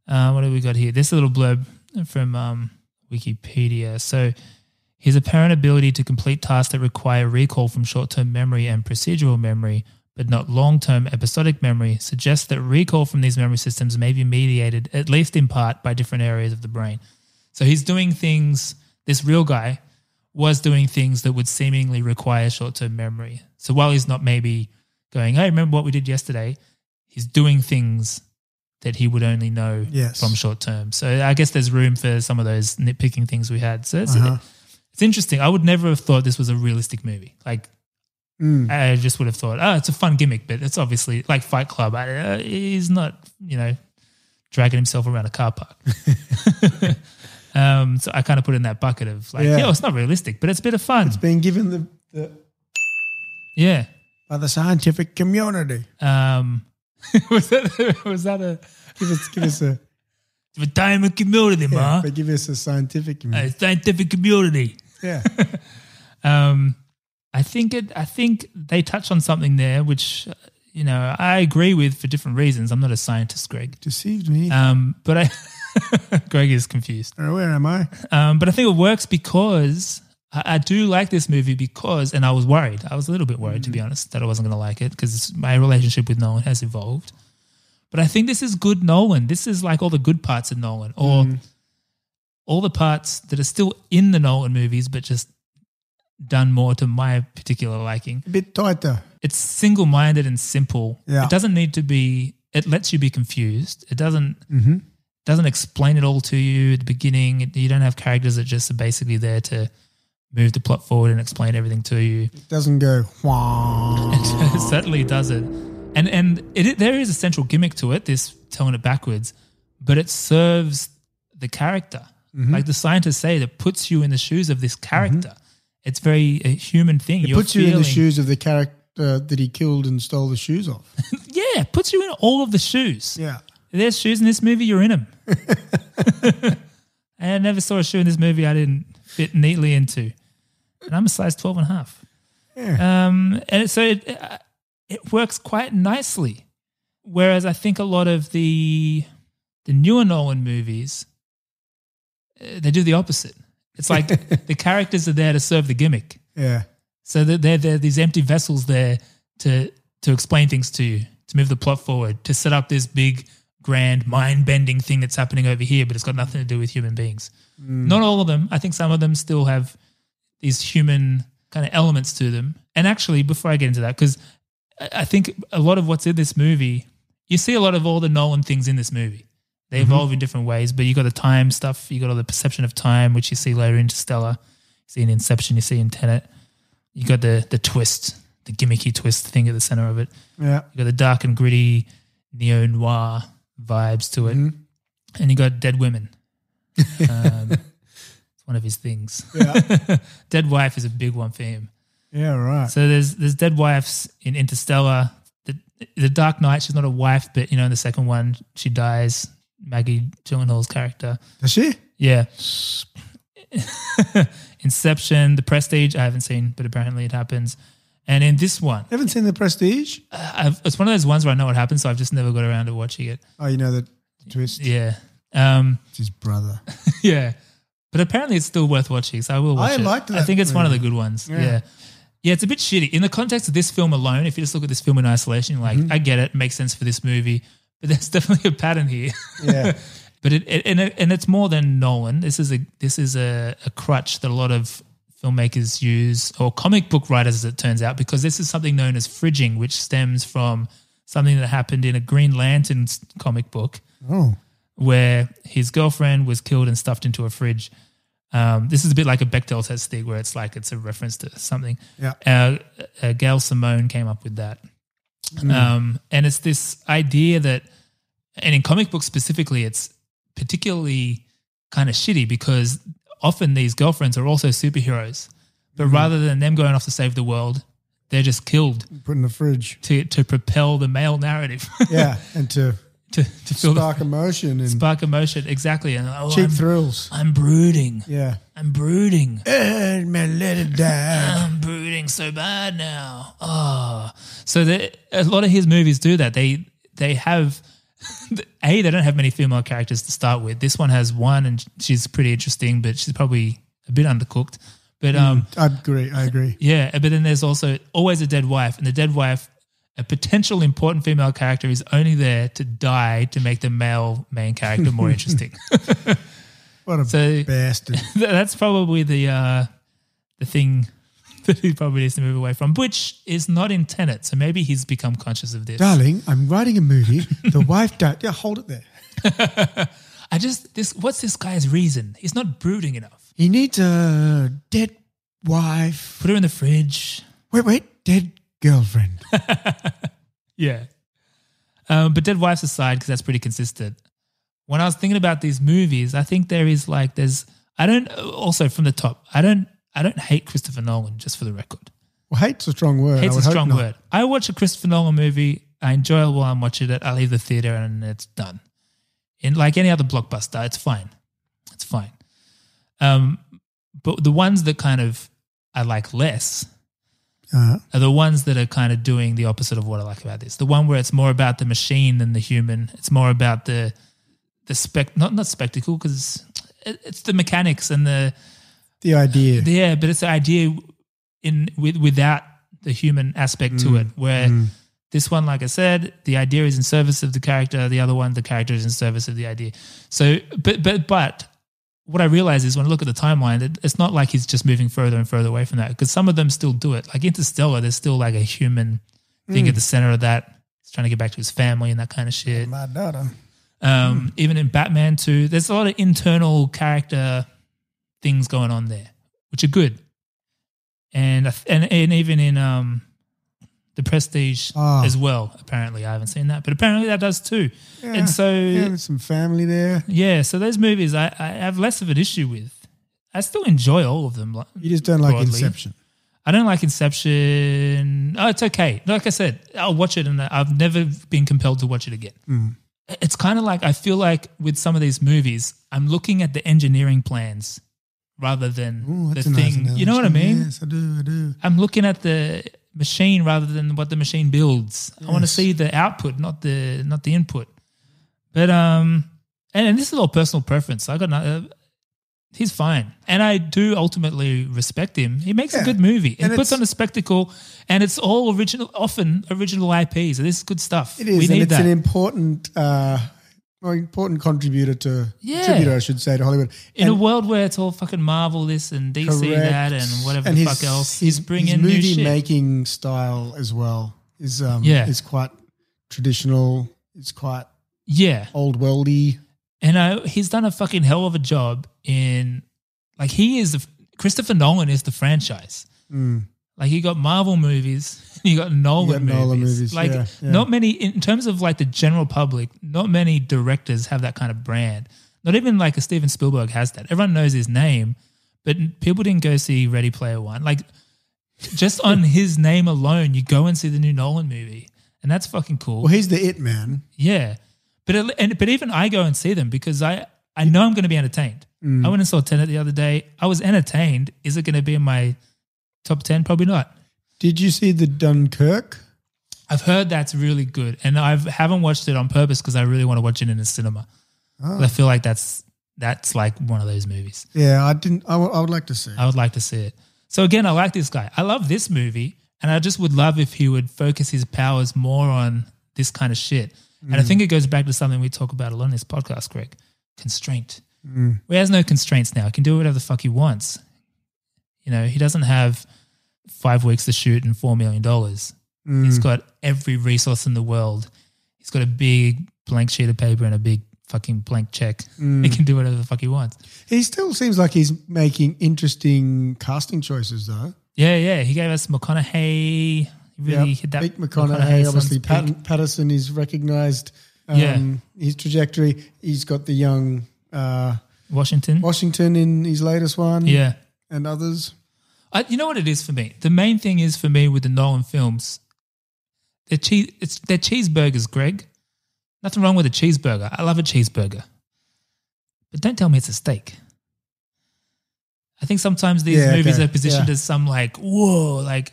Speaker 3: uh, what do we got here? This little blurb from um, Wikipedia. So, his apparent ability to complete tasks that require recall from short term memory and procedural memory, but not long term episodic memory, suggests that recall from these memory systems may be mediated, at least in part, by different areas of the brain. So, he's doing things, this real guy was doing things that would seemingly require short term memory. So, while he's not maybe going, hey, remember what we did yesterday? He's doing things that he would only know
Speaker 14: Yes.
Speaker 3: from short term. So I guess there's room for some of those nitpicking things we had. So it's,
Speaker 14: Uh-huh.
Speaker 3: it's interesting. I would never have thought this was a realistic movie. Like
Speaker 14: Mm.
Speaker 3: I just would have thought, oh, it's a fun gimmick, but it's obviously like Fight Club. I, uh, he's not, you know, dragging himself around a
Speaker 14: (laughs)
Speaker 3: car park. um, so I kind of put it in that bucket of like,
Speaker 14: Yeah.
Speaker 3: yeah, it's not realistic, but it's a bit of fun.
Speaker 14: It's been given the, the
Speaker 3: yeah.
Speaker 14: by the scientific community.
Speaker 3: Um, (laughs) was that was that a
Speaker 14: give us give us a
Speaker 3: the diamond community,
Speaker 14: yeah,
Speaker 3: ma?
Speaker 14: but give us a scientific
Speaker 3: Uh,
Speaker 14: community.
Speaker 3: scientific community.
Speaker 14: Yeah. (laughs)
Speaker 3: um, I think it. I think they touched on something there, which uh, you know I agree with for different reasons. I'm not a scientist, Greg.
Speaker 14: Deceived me.
Speaker 3: Um, but I, (laughs) Greg is confused.
Speaker 14: Uh, Where am I?
Speaker 3: Um, but I think it works because I, I do like this movie because, and I was worried. I was a little bit worried, to be honest, that I wasn't going to like it because my relationship with Nolan has evolved. But I think this is good Nolan. This is like all the good parts of Nolan or all the parts that are still in the Nolan movies, but just done more to my particular liking.
Speaker 14: A bit tighter.
Speaker 3: It's single minded and simple.
Speaker 14: Yeah.
Speaker 3: It doesn't need to be, it lets you be confused. It doesn't
Speaker 14: Mm-hmm.
Speaker 3: doesn't explain it all to you at the beginning. It- You don't have characters that just are basically there to move the plot forward and explain everything to you. (laughs)
Speaker 14: Doesn't go. Wah.
Speaker 3: It certainly does it, and and it there is a central gimmick to it. This telling it backwards, but it serves the character.
Speaker 14: Mhm.
Speaker 3: Like the scientists say, that puts you in the shoes of this character. It's very a human thing.
Speaker 14: Mm-hmm. It
Speaker 3: You're
Speaker 14: puts you in the
Speaker 3: feeling-
Speaker 14: shoes of the character that he killed and stole the shoes
Speaker 3: (laughs)
Speaker 14: of.
Speaker 3: Yeah, it puts you in all of the shoes.
Speaker 14: Yeah.
Speaker 3: There's shoes in this movie, you're in them. I never saw a shoe in this movie I didn't fit neatly into. And I'm a size 12 and a half. Um, and so it, uh, it works quite nicely. Whereas I think a lot of the, the newer Nolan movies, uh, they do the opposite. It's like the characters are there to serve the gimmick.
Speaker 14: Yeah.
Speaker 3: So that they're, they're these empty vessels there to to explain things to you, to move the plot forward, to set up this big, grand, mind bending thing that's happening over here, but it's got nothing to do with human beings. Not all of them. I think some of them still have these human kind of elements to them. And actually, before I get into that, because I I think a lot of what's in this movie, you see a lot of all the Nolan things in this movie. They evolve in different ways, but you got the time stuff, you got all the perception of time, which you see later in Interstellar, you see in Inception, you see in Tenet. You got the the twist, the gimmicky twist thing at the center of it.
Speaker 14: Yeah.
Speaker 3: You got the dark and gritty neo noir vibes to it, and you got dead women. Um, it's one of his things. (laughs) dead wife is a big one for him.
Speaker 14: Yeah. Right.
Speaker 3: So there's there's dead wives in Interstellar. The, the Dark Knight, she's not a wife, but you know, in the second one, she dies. Maggie Gyllenhaal's character.
Speaker 14: Does she?
Speaker 3: Yeah. (laughs) Inception, The Prestige, I haven't seen, but apparently it happens. And in this one,
Speaker 14: Haven't seen the Prestige.
Speaker 3: I've, it's one of those ones where I know what happens, so I've just never got around to watching it.
Speaker 14: Oh, you know the twist.
Speaker 3: Yeah. Um, (laughs)
Speaker 14: It's his brother.
Speaker 3: yeah. But apparently it's still worth watching, so I will watch
Speaker 14: I
Speaker 3: it.
Speaker 14: liked
Speaker 3: I
Speaker 14: that
Speaker 3: think it's one of the
Speaker 14: movie.
Speaker 3: good ones.
Speaker 14: Yeah.
Speaker 3: Yeah. yeah. it's a bit shitty. In the context of this film alone, if you just look at this film in isolation, you're like,
Speaker 14: Mm-hmm.
Speaker 3: I get it, makes sense for this movie. But there's (laughs) definitely a pattern here.
Speaker 14: (laughs) Yeah.
Speaker 3: but it, it and it, and it's more than Nolan. This is a this is a, a crutch that a lot of filmmakers use or comic book writers as it turns out because this is something known as fridging which stems from something that happened in a Green Lantern comic book.
Speaker 14: Oh.
Speaker 3: Where his girlfriend was killed and stuffed into a fridge. Um, this is a bit like a Bechdel test thing where it's like it's a reference to something.
Speaker 14: Yeah.
Speaker 3: Uh, uh, Gail Simone came up with that.
Speaker 14: Mm.
Speaker 3: Um, and it's this idea that, and in comic books specifically, it's particularly kind of shitty because often these girlfriends are also superheroes.
Speaker 14: Mm-hmm.
Speaker 3: But rather than them going off to save the world, they're just killed
Speaker 14: Put in the fridge.
Speaker 3: to, to propel the male narrative.
Speaker 14: yeah, and to
Speaker 3: (laughs) to, to feel the-
Speaker 14: spark emotion and
Speaker 3: Spark emotion, exactly. And oh,
Speaker 14: cheap
Speaker 3: I'm-
Speaker 14: thrills.
Speaker 3: I'm brooding.
Speaker 14: Yeah,
Speaker 3: I'm brooding.
Speaker 14: and my letter died.
Speaker 3: I'm brooding so bad now. Oh, so the, a lot of his movies do that. They they have (laughs) a they don't have many female characters to start with. This one has one, and she's pretty interesting, but she's probably a bit undercooked. But um,
Speaker 4: Mm.
Speaker 14: I agree. I agree.
Speaker 3: yeah, uh, but then there's also always a dead wife, and the dead wife, a potential important female character, is only there to die to make the male main character more interesting.
Speaker 14: What a
Speaker 3: So-
Speaker 14: bastard.
Speaker 3: Th- That's probably the uh, the thing (laughs) that he probably needs to move away from, which is not in Tenet. So maybe he's become conscious of this.
Speaker 14: Darling, I'm writing a movie. The wife died. Yeah, hold it there.
Speaker 3: I just this. What's this guy's reason? He's not brooding enough.
Speaker 14: He needs a dead wife.
Speaker 3: Put her in the fridge.
Speaker 14: Wait, wait, dead girlfriend.
Speaker 3: Yeah. Um, but Dead Wives aside, because that's pretty consistent. When I was thinking about these movies, I think there is like there's I don't also from the top I don't I don't hate Christopher Nolan just for the record.
Speaker 14: Well, hate's a strong word. I
Speaker 3: Hate's a
Speaker 14: would hope
Speaker 3: strong
Speaker 14: not.
Speaker 3: word. I watch a Christopher Nolan movie. I enjoy it while I'm watching it. I leave the theater and it's done. And like any other blockbuster, it's fine. It's fine. Um, but the ones that kind of I like less
Speaker 14: Uh,
Speaker 3: are the ones that are kind of doing the opposite of what I like about this. The one where it's more about the machine than the human. It's more about the the spec not not spectacle because it, it's the mechanics and the
Speaker 14: the idea.
Speaker 3: yeah, but it's the idea in with without the human aspect to it. Where this one, like I said, the idea is in service of the character. The other one, the character is in service of the idea. So, but but but what I realize is when I look at the timeline, it, it's not like he's just moving further and further away from that because some of them still do it. Like Interstellar, there's still like a human thing at the center of that. He's trying to get back to his family and that kind of shit.
Speaker 14: My daughter.
Speaker 3: Um, Even in Batman 2, there's a lot of internal character things going on there, which are good. And I th- and, and even in um, the Prestige
Speaker 14: Ah.
Speaker 3: as well, apparently. I haven't seen that, but apparently that does too.
Speaker 14: Yeah,
Speaker 3: and so,
Speaker 14: yeah,
Speaker 3: yeah.
Speaker 14: there's some family there.
Speaker 3: so those movies I, I have less of an issue with. I still enjoy all of them. like,
Speaker 14: You just don't like
Speaker 3: broadly.
Speaker 14: Inception.
Speaker 3: I don't like Inception. Oh, it's okay. Like I said, I'll watch it and I've never been compelled to watch it again.
Speaker 14: Hmm.
Speaker 3: It's kind of like I feel like with some of these movies, I'm looking at the engineering plans rather than
Speaker 14: Ooh,
Speaker 3: the
Speaker 14: that's a nice
Speaker 3: thing. you know what I
Speaker 14: analogy.
Speaker 3: mean?
Speaker 14: Yes, I do. I do.
Speaker 3: I'm looking at the machine rather than what the machine builds. I want to
Speaker 14: Yes.
Speaker 3: see the output, not the not the input. But um, and, and this is all personal preference. I got no, uh, he's fine, and I do ultimately respect him. He makes a
Speaker 14: Yeah.
Speaker 3: good movie. He
Speaker 14: And it's-
Speaker 3: puts on a spectacle, and it's all original, often original IP. So this is good stuff.
Speaker 14: It is,
Speaker 3: We
Speaker 14: and
Speaker 3: need
Speaker 14: it's
Speaker 3: that.
Speaker 14: an important, uh, well, important contributor to
Speaker 3: Yeah.
Speaker 14: contributor, I should say, to Hollywood.
Speaker 3: in a
Speaker 14: And
Speaker 3: world where it's all fucking Marvel this and DC
Speaker 14: correct.
Speaker 3: that and whatever the fuck else, he's bringing
Speaker 14: his
Speaker 3: new
Speaker 14: movie
Speaker 3: shit.
Speaker 14: making style as well is um,
Speaker 3: Yeah.
Speaker 14: is quite traditional. It's quite
Speaker 3: yeah,
Speaker 14: old worldy.
Speaker 3: And I, he's done a fucking hell of a job in, like, he is the, Christopher Nolan is the franchise.
Speaker 14: Mm.
Speaker 3: Like, you got Marvel movies, (laughs) you got Nolan movies.
Speaker 14: Nolan movies,
Speaker 3: Like,
Speaker 14: yeah, yeah.
Speaker 3: not many, in terms of like the general public, not many directors have that kind of brand. Not even like a Steven Spielberg has that. Everyone knows his name, but people didn't go see Ready Player One. Like, just on his name alone, you go and see the new Nolan movie. And that's fucking cool.
Speaker 14: Well, he's the it man.
Speaker 3: Yeah, but it, and but even I go and see them because I I know I'm going to be entertained. I went and saw Tenet the other day. I was entertained. Is it going to be in my top ten? Probably not.
Speaker 14: Did you see the Dunkirk?
Speaker 3: I've heard that's really good, and I haven't watched it on purpose because I really want to watch it in the cinema.
Speaker 14: Oh.
Speaker 3: 'Cause I feel like that's that's like one of those movies.
Speaker 14: Yeah, I didn't. I wa- I would like to see. it.
Speaker 3: I would like to see it. So again, I like this guy. I love this movie, and I just would love if he would focus his powers more on this kind of shit. And I
Speaker 14: Mm.
Speaker 3: think it goes back to something we talk about a lot on this podcast, Greg. Constraint.
Speaker 14: Mm.
Speaker 3: He has no constraints now. He can do whatever the fuck he wants. You know, he doesn't have five weeks to shoot and four million dollars. Mm. He's got every resource in the world. He's got a big blank sheet of paper and a big fucking blank check.
Speaker 14: Mm.
Speaker 3: He can do whatever the fuck he wants.
Speaker 14: He still seems like he's making interesting casting choices, though.
Speaker 3: Yeah, yeah. He gave us McConaughey. He really
Speaker 14: Yep.
Speaker 3: hit that.
Speaker 14: Big McConaughey,
Speaker 3: son's
Speaker 14: obviously.
Speaker 3: peak.
Speaker 14: Patton, Patterson is recognised. Um,
Speaker 3: Yeah.
Speaker 14: His trajectory. He's got the young uh,
Speaker 3: Washington.
Speaker 14: Washington in his latest one.
Speaker 3: Yeah.
Speaker 14: And others.
Speaker 3: I, you know what it is for me? The main thing is for me with the Nolan films, they're, cheese, it's, they're cheeseburgers, Greg. Nothing wrong with a cheeseburger. I love a cheeseburger. But don't tell me it's a steak. I think sometimes these
Speaker 14: Yeah,
Speaker 3: movies
Speaker 14: okay.
Speaker 3: are positioned
Speaker 14: Yeah.
Speaker 3: as some like, whoa, like,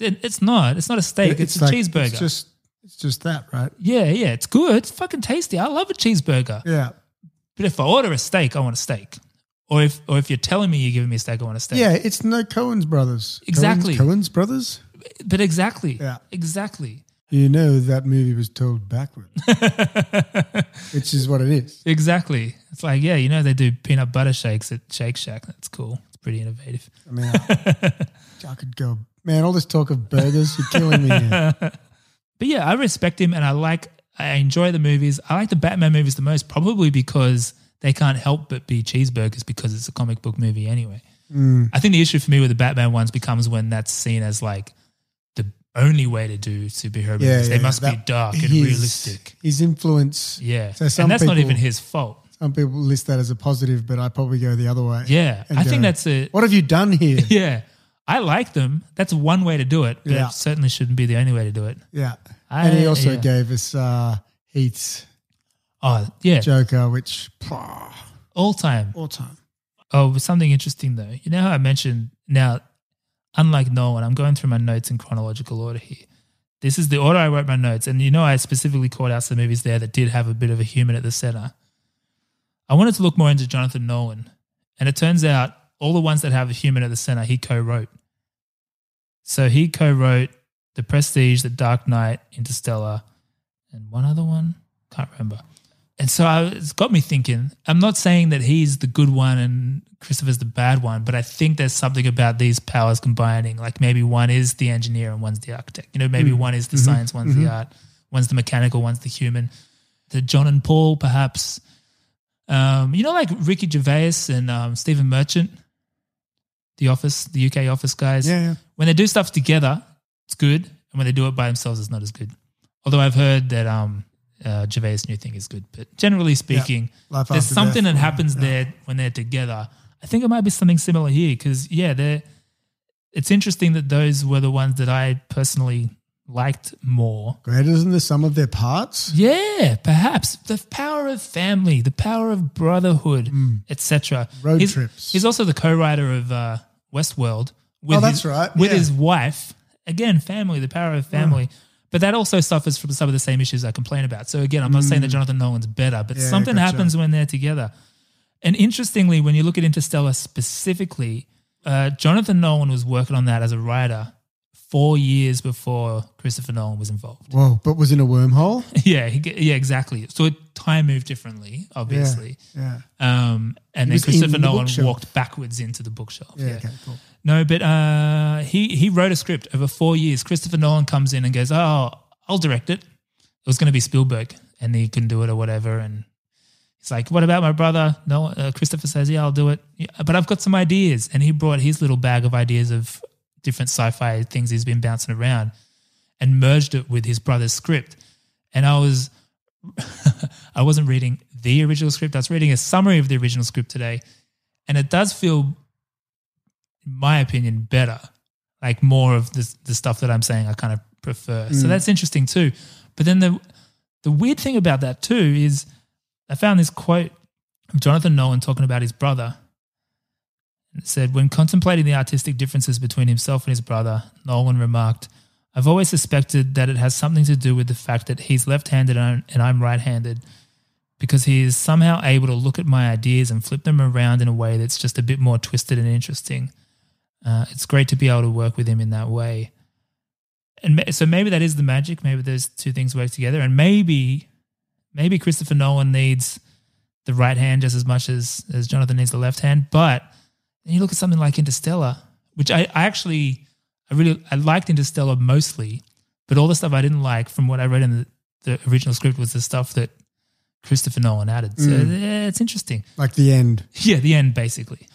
Speaker 3: it- it's not. It's not a steak. It's, a
Speaker 14: like-
Speaker 3: cheeseburger.
Speaker 14: It's just, it's just that, right?
Speaker 3: yeah, yeah, it's good. It's fucking tasty. I love a cheeseburger.
Speaker 14: Yeah.
Speaker 3: But if I order a steak, I want a steak. Or if, or if you're telling me you're giving me a steak, I want a steak.
Speaker 14: Yeah, it's no Cohen's brothers. Coen's-
Speaker 3: Exactly.
Speaker 14: Coen's brothers?
Speaker 3: But exactly. Exactly. (laughs)
Speaker 14: You know that movie was told backward, which is what it is.
Speaker 3: Exactly. It's like, yeah, you know, they do peanut butter shakes at Shake Shack. That's cool. It's pretty innovative.
Speaker 14: I mean, (laughs) I, I could go, man, all this talk of burgers, you're killing me. Here.
Speaker 3: but yeah, I respect him and I like, I enjoy the movies. I like the Batman movies the most, probably because they can't help but be cheeseburgers because it's a comic book movie anyway.
Speaker 14: Mm.
Speaker 3: I think the issue for me with the Batman ones becomes when that's seen as like the only way to do superhero movies. (laughs) they must be
Speaker 14: that-
Speaker 3: dark and
Speaker 14: his-
Speaker 3: realistic.
Speaker 14: His influence.
Speaker 3: Yeah. and that's not even his fault.
Speaker 14: Some people list that as a positive, but I probably go the other way.
Speaker 3: Yeah,
Speaker 14: and
Speaker 3: I think
Speaker 14: go,
Speaker 3: that's a-
Speaker 14: What have you done
Speaker 3: (laughs)
Speaker 14: here?
Speaker 3: Yeah. I like them. That's one way to do it, but
Speaker 14: Yeah.
Speaker 3: it certainly shouldn't be the only way to do it.
Speaker 14: Yeah.
Speaker 3: I-
Speaker 14: and he also
Speaker 3: yeah.
Speaker 14: gave us uh, Heath's
Speaker 3: Oh, yeah.
Speaker 14: Joker, which pah,
Speaker 3: All time.
Speaker 14: all time.
Speaker 3: Oh, but something interesting though. You know how I mentioned now, unlike Nolan, I'm going through my notes in chronological order here. This is the order I wrote my notes, and you know I specifically called out some movies there that did have a bit of a human at the center. I wanted to look more into Jonathan Nolan, and it turns out all the ones that have a human at the center he co-wrote. So he co-wrote The Prestige, The Dark Knight, Interstellar, and one other one can't remember. And so I, it's got me thinking. I'm not saying that he's the good one and Christopher's the bad one, but I think there's something about these powers combining. Like maybe one is the engineer and one's the architect. You know, maybe
Speaker 14: Mm.
Speaker 3: one is the
Speaker 14: Mhm.
Speaker 3: science, one's
Speaker 14: Mhm.
Speaker 3: the art, one's the mechanical, one's the human. The John and Paul, perhaps. Um, you know, like Ricky Gervais and um, Stephen Merchant, the Office, the UK Office guys.
Speaker 14: Yeah, yeah.
Speaker 3: When they do stuff together, it's good, and when they do it by themselves, it's not as good. Although I've heard that um, uh, Gervais' new thing is good, but generally speaking,
Speaker 14: Life
Speaker 3: there's
Speaker 14: after
Speaker 3: something
Speaker 14: death,
Speaker 3: that
Speaker 14: yeah,
Speaker 3: happens
Speaker 14: yeah.
Speaker 3: there when they're together. I think it might be something similar here because yeah, they're. It's interesting that those were the ones that I personally liked more.
Speaker 14: Greater than the sum of their parts.
Speaker 3: Yeah, perhaps the power of family, the power of brotherhood, etc.
Speaker 14: Mm. Road
Speaker 3: he's,
Speaker 14: trips.
Speaker 3: He's also the co-writer of uh, Westworld. With
Speaker 14: Oh, that's
Speaker 3: his,
Speaker 14: right,
Speaker 3: With
Speaker 14: yeah.
Speaker 3: his wife, again, family, the power of family. But that also suffers from some of the same issues I complain about. So again, I'm not saying that
Speaker 14: Mm.
Speaker 3: Jonathan Nolan's better, but
Speaker 14: Yeah,
Speaker 3: something
Speaker 14: gotcha.
Speaker 3: happens when they're together. And interestingly, when you look at Interstellar specifically, uh, Jonathan Nolan was working on that as a writer four years before Christopher Nolan was involved.
Speaker 14: Whoa, but was in a wormhole?
Speaker 3: Yeah, he ge- yeah, exactly. So it time moved differently, (laughs) obviously.
Speaker 14: yeah.
Speaker 3: Um,
Speaker 14: He
Speaker 3: and then
Speaker 14: was in
Speaker 3: Christopher
Speaker 14: the
Speaker 3: Nolan
Speaker 14: bookshelf.
Speaker 3: walked backwards into the bookshelf.
Speaker 14: Yeah, okay, cool.
Speaker 3: No, but uh, he he wrote a script over four years. Christopher Nolan comes in and goes, "Oh, I'll direct it." It was going to be Spielberg, and he couldn't do it or whatever. And he's like, "What about my brother?" No, uh, Christopher says, "Yeah, I'll do it." Yeah, but I've got some ideas, and he brought his little bag of ideas of different sci-fi things he's been bouncing around, and merged it with his brother's script. And I was, (laughs) I wasn't reading the original script. I was reading a summary of the original script today, and it does feel in my opinion, better. Like more of the the stuff that I'm saying, I kind of prefer. So
Speaker 14: Mm.
Speaker 3: that's interesting too. But then the the weird thing about that too is I found this quote of Jonathan Nolan talking about his brother. It said, when contemplating the artistic differences between himself and his brother, Nolan remarked, I've always suspected that it has something to do with the fact that he's left handed and I'm- and I'm right handed because he is somehow able to look at my ideas and flip them around in a way that's just a bit more twisted and interesting. Uh, it's great to be able to work with him in that way. And ma- so maybe that is the magic. Maybe those two things work together. And maybe, maybe Christopher Nolan needs the right hand just as much as, as Jonathan needs the left hand. But then you look at something like Interstellar, which I, I actually, I really, I liked Interstellar mostly, But all the stuff I didn't like from what I read in the, the original script was the stuff that Christopher Nolan added. So
Speaker 4: Mm.
Speaker 3: yeah, it's interesting.
Speaker 4: Like the end.
Speaker 3: Yeah, the end basically.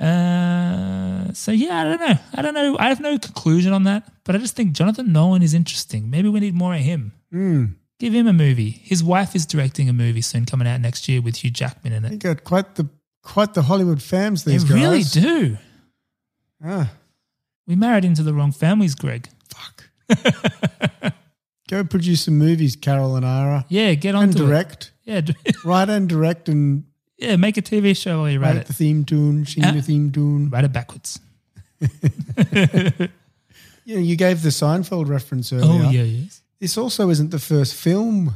Speaker 3: Uh, so yeah, I don't know. I don't know. I have no conclusion on that, but I just think Jonathan Nolan is interesting. Maybe we need more of him.
Speaker 4: Mm.
Speaker 3: Give him a movie. His wife is directing a movie soon, coming out next year with Hugh Jackman in
Speaker 4: They
Speaker 3: it.
Speaker 4: got quite the quite the Hollywood fams.
Speaker 3: They
Speaker 4: These guys
Speaker 3: really do.
Speaker 4: Ah,
Speaker 3: We married into the wrong families, Greg.
Speaker 4: go produce some movies, Carol and Ara.
Speaker 3: Yeah, get on
Speaker 4: and
Speaker 3: to it.
Speaker 4: direct.
Speaker 3: Yeah, d- (laughs)
Speaker 4: Write and direct and
Speaker 3: yeah. Make a TV show while you
Speaker 4: write
Speaker 3: write
Speaker 4: the
Speaker 3: it.
Speaker 4: theme tune, sing
Speaker 3: Ah.
Speaker 4: the theme tune.
Speaker 3: Write it backwards.
Speaker 4: You know, you gave the Seinfeld reference earlier.
Speaker 3: Oh yeah, yes.
Speaker 4: This also isn't the first film.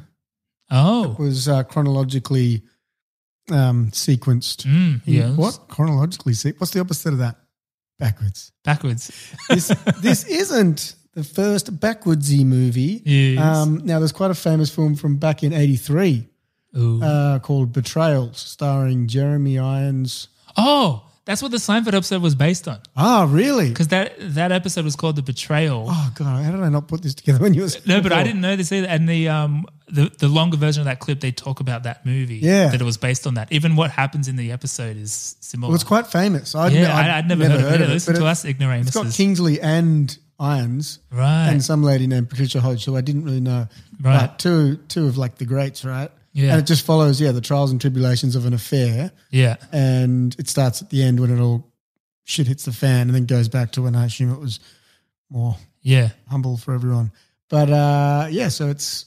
Speaker 3: Oh.
Speaker 4: that was uh, chronologically um, sequenced.
Speaker 3: Mm, yes.
Speaker 4: What chronologically? Se- what's the opposite of that? Backwards.
Speaker 3: Backwards. (laughs)
Speaker 4: This this isn't the first backwardsy movie.
Speaker 3: Yes.
Speaker 4: Um, now there's quite a famous film from back in '83
Speaker 3: Ooh.
Speaker 4: uh, called Betrayals, starring Jeremy Irons.
Speaker 3: Oh, that's what the Seinfeld episode was based on.
Speaker 4: Ah, really?
Speaker 3: Because that that episode was called the betrayal.
Speaker 4: Oh God, how did I not put this together when you were?
Speaker 3: no, but I didn't know this either. And the um the, the longer version of that clip, they talk about that movie.
Speaker 4: Yeah.
Speaker 3: that it was based on that. Even what happens in the episode is similar.
Speaker 4: Well, it's quite famous. I'd,
Speaker 3: Yeah, I'd- I'd never heard of it. Listen
Speaker 4: but
Speaker 3: to
Speaker 4: it-
Speaker 3: us ignoramuses.
Speaker 4: It's got Kingsley and Irons,
Speaker 3: Right.
Speaker 4: And some lady named Patricia Hodge, who I didn't really know.
Speaker 3: Right.
Speaker 4: But two, two of like the greats, right?
Speaker 3: Yeah.
Speaker 4: And it just follows, yeah, the trials and tribulations of an affair,
Speaker 3: yeah.
Speaker 4: and it starts at the end when it all shit hits the fan, and then goes back to when I assume it was more
Speaker 3: Yeah.
Speaker 4: humble for everyone. But uh, yeah, so it's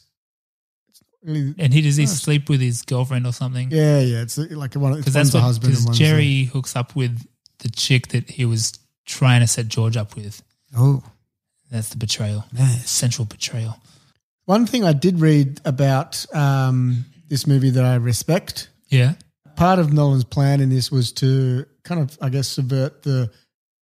Speaker 4: it's not really
Speaker 3: And he does he
Speaker 4: Nice.
Speaker 3: sleep with his girlfriend or something?
Speaker 4: yeah, yeah. It's uh, like one it's
Speaker 3: because
Speaker 4: one's
Speaker 3: that's
Speaker 4: the
Speaker 3: what
Speaker 4: husband
Speaker 3: because
Speaker 4: and one's the-
Speaker 3: Jerry hooks up with the chick that he was trying to set George up with.
Speaker 4: oh.
Speaker 3: That's the betrayal. Central betrayal.
Speaker 4: One thing I did read about um, this movie that I respect.
Speaker 3: Yeah.
Speaker 4: Part of Nolan's plan in this was to kind of, I guess, subvert the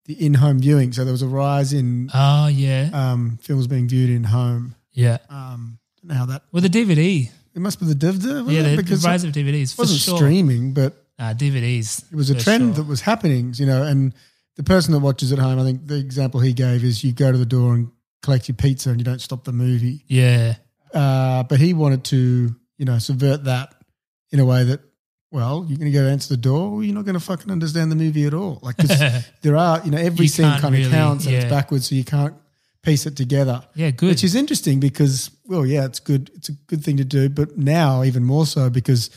Speaker 4: the in home viewing. So there was a rise in
Speaker 3: Oh yeah.
Speaker 4: um, films being viewed in home.
Speaker 3: yeah.
Speaker 4: Um, don't know how that
Speaker 3: Well, the DVD.
Speaker 4: it must be the DVD. wasn't
Speaker 3: Yeah,
Speaker 4: it?
Speaker 3: the, the rise of
Speaker 4: it
Speaker 3: DVDs for
Speaker 4: wasn't
Speaker 3: sure.
Speaker 4: streaming, but
Speaker 3: Nah, DVDs.
Speaker 4: it was a
Speaker 3: for
Speaker 4: trend
Speaker 3: sure.
Speaker 4: that was happening. You know, and the person that watches at home, I think the example he gave is you go to the door and collect your pizza and you don't stop the movie.
Speaker 3: yeah.
Speaker 4: uh, but he wanted to, you know, subvert that in a way that, well, you're going to go answer the door, or you're not going to fucking understand the movie at all. Like
Speaker 3: (laughs)
Speaker 4: 'cause there are, you know, every
Speaker 3: You
Speaker 4: scene
Speaker 3: can't
Speaker 4: kind of
Speaker 3: really-
Speaker 4: counts and
Speaker 3: yeah.
Speaker 4: it's backwards, so you can't piece it together.
Speaker 3: Yeah, good.
Speaker 4: Which is interesting because, well, yeah, it's good. It's a good thing to do, but now even more so because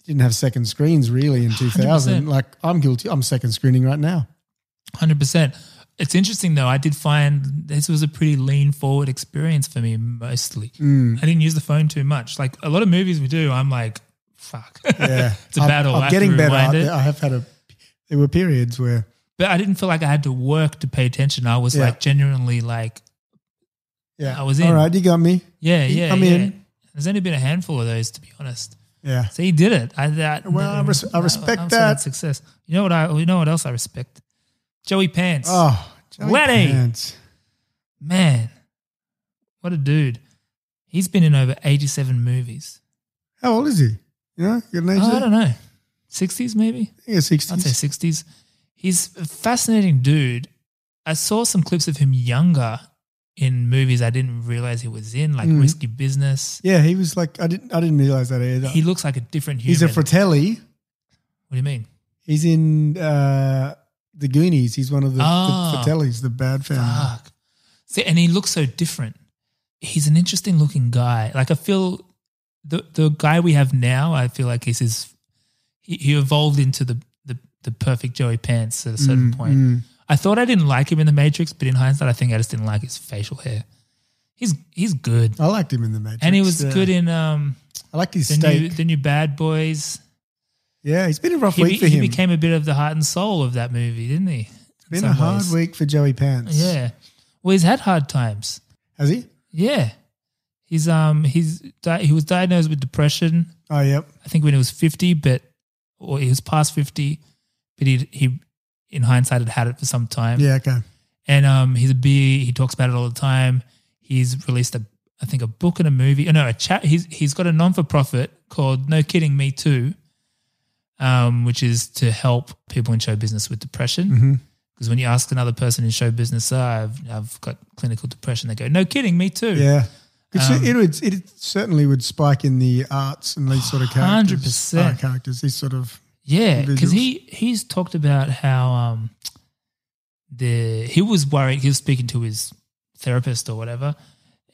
Speaker 4: you didn't have second screens really
Speaker 3: (sighs)
Speaker 4: in 2000.
Speaker 3: 100%.
Speaker 4: Like I'm guilty. I'm second screening right now.
Speaker 3: Hundred percent. It's interesting though. I did find this was a pretty lean forward experience for me mostly.
Speaker 4: Mm.
Speaker 3: I didn't use the phone too much. Like a lot of movies we do, I'm like, fuck. (laughs)
Speaker 4: (laughs) Yeah,
Speaker 3: it's a
Speaker 4: I'm-
Speaker 3: battle. I
Speaker 4: I'm
Speaker 3: have to
Speaker 4: getting better.
Speaker 3: rewind it.
Speaker 4: I have had a. There were periods where
Speaker 3: but I didn't feel like I had to work to pay attention. I was
Speaker 4: Yeah.
Speaker 3: like genuinely like,
Speaker 4: yeah,
Speaker 3: I was in.
Speaker 4: All right, you got me.
Speaker 3: yeah, yeah,
Speaker 4: I'm
Speaker 3: yeah.
Speaker 4: in.
Speaker 3: There's only been a handful of those, to be honest.
Speaker 4: Yeah.
Speaker 3: So he did it. I that
Speaker 4: Well, I res- I
Speaker 3: that-
Speaker 4: respect
Speaker 3: I'm saying
Speaker 4: that.
Speaker 3: that's success. You know what I? You know what else I respect? Joey Pants.
Speaker 4: Oh, Joey
Speaker 3: Lenny.
Speaker 4: Pants.
Speaker 3: Man, what a dude. He's been in over 87 movies.
Speaker 4: How old is he? You know, you got an age
Speaker 3: Oh, I
Speaker 4: there?
Speaker 3: don't know. 60s maybe?
Speaker 4: I think it's 60s.
Speaker 3: I'd say 60s. He's a fascinating dude. I saw some clips of him younger in movies I didn't realize he was in, like
Speaker 4: Mm.
Speaker 3: Risky Business.
Speaker 4: Yeah, he was like I didn't I didn't realize that either.
Speaker 3: He looks like a different human.
Speaker 4: He's a Fratelli.
Speaker 3: what do you mean?
Speaker 4: He's in uh the Goonies. He's one of the,
Speaker 3: Ah.
Speaker 4: the Fratellis, the bad family.
Speaker 3: Fuck. See, and he looks so different. He's an interesting looking guy. Like I feel the the guy we have now, I feel like he's his he, he evolved into the, the the perfect Joey Pants at a certain
Speaker 4: Mm,
Speaker 3: point.
Speaker 4: mm.
Speaker 3: I thought I didn't like him in the Matrix, but in hindsight I think I just didn't like his facial hair. He's he's good.
Speaker 4: I liked him in the Matrix.
Speaker 3: and he was
Speaker 4: yeah.
Speaker 3: good in um
Speaker 4: I liked his
Speaker 3: the new
Speaker 4: steak.
Speaker 3: the new Bad Boys.
Speaker 4: yeah, it's been a rough
Speaker 3: He,
Speaker 4: week
Speaker 3: be-
Speaker 4: for
Speaker 3: he
Speaker 4: him.
Speaker 3: became a bit of the heart and soul of that movie, didn't he?
Speaker 4: it's
Speaker 3: In
Speaker 4: been a
Speaker 3: some
Speaker 4: hard
Speaker 3: ways.
Speaker 4: week for Joey Pants.
Speaker 3: Yeah. Well, he's had hard times.
Speaker 4: Has he?
Speaker 3: Yeah. He's um he's di- he was diagnosed with depression.
Speaker 4: Oh yep.
Speaker 3: I think when he was 50, but or he was past 50, but he he in hindsight had had it for some time.
Speaker 4: Yeah, okay.
Speaker 3: And um he's a B, he talks about it all the time. He's released a I think a book and a movie. Oh no, a chat he's he's got a non-for-profit called No Kidding Me Too. Um, which is to help people in show business with depression
Speaker 4: hmm
Speaker 3: Because when you ask another person in show business, oh, I've, I've got clinical depression, they go, no kidding, me too.
Speaker 4: Yeah. Um, it, would, it certainly would spike in the arts and these sort of characters.
Speaker 3: 100%.
Speaker 4: uh, characters, these sort of.
Speaker 3: Yeah, because
Speaker 4: individuals.
Speaker 3: he he's talked about how um the he was worried. He was speaking to his therapist or whatever,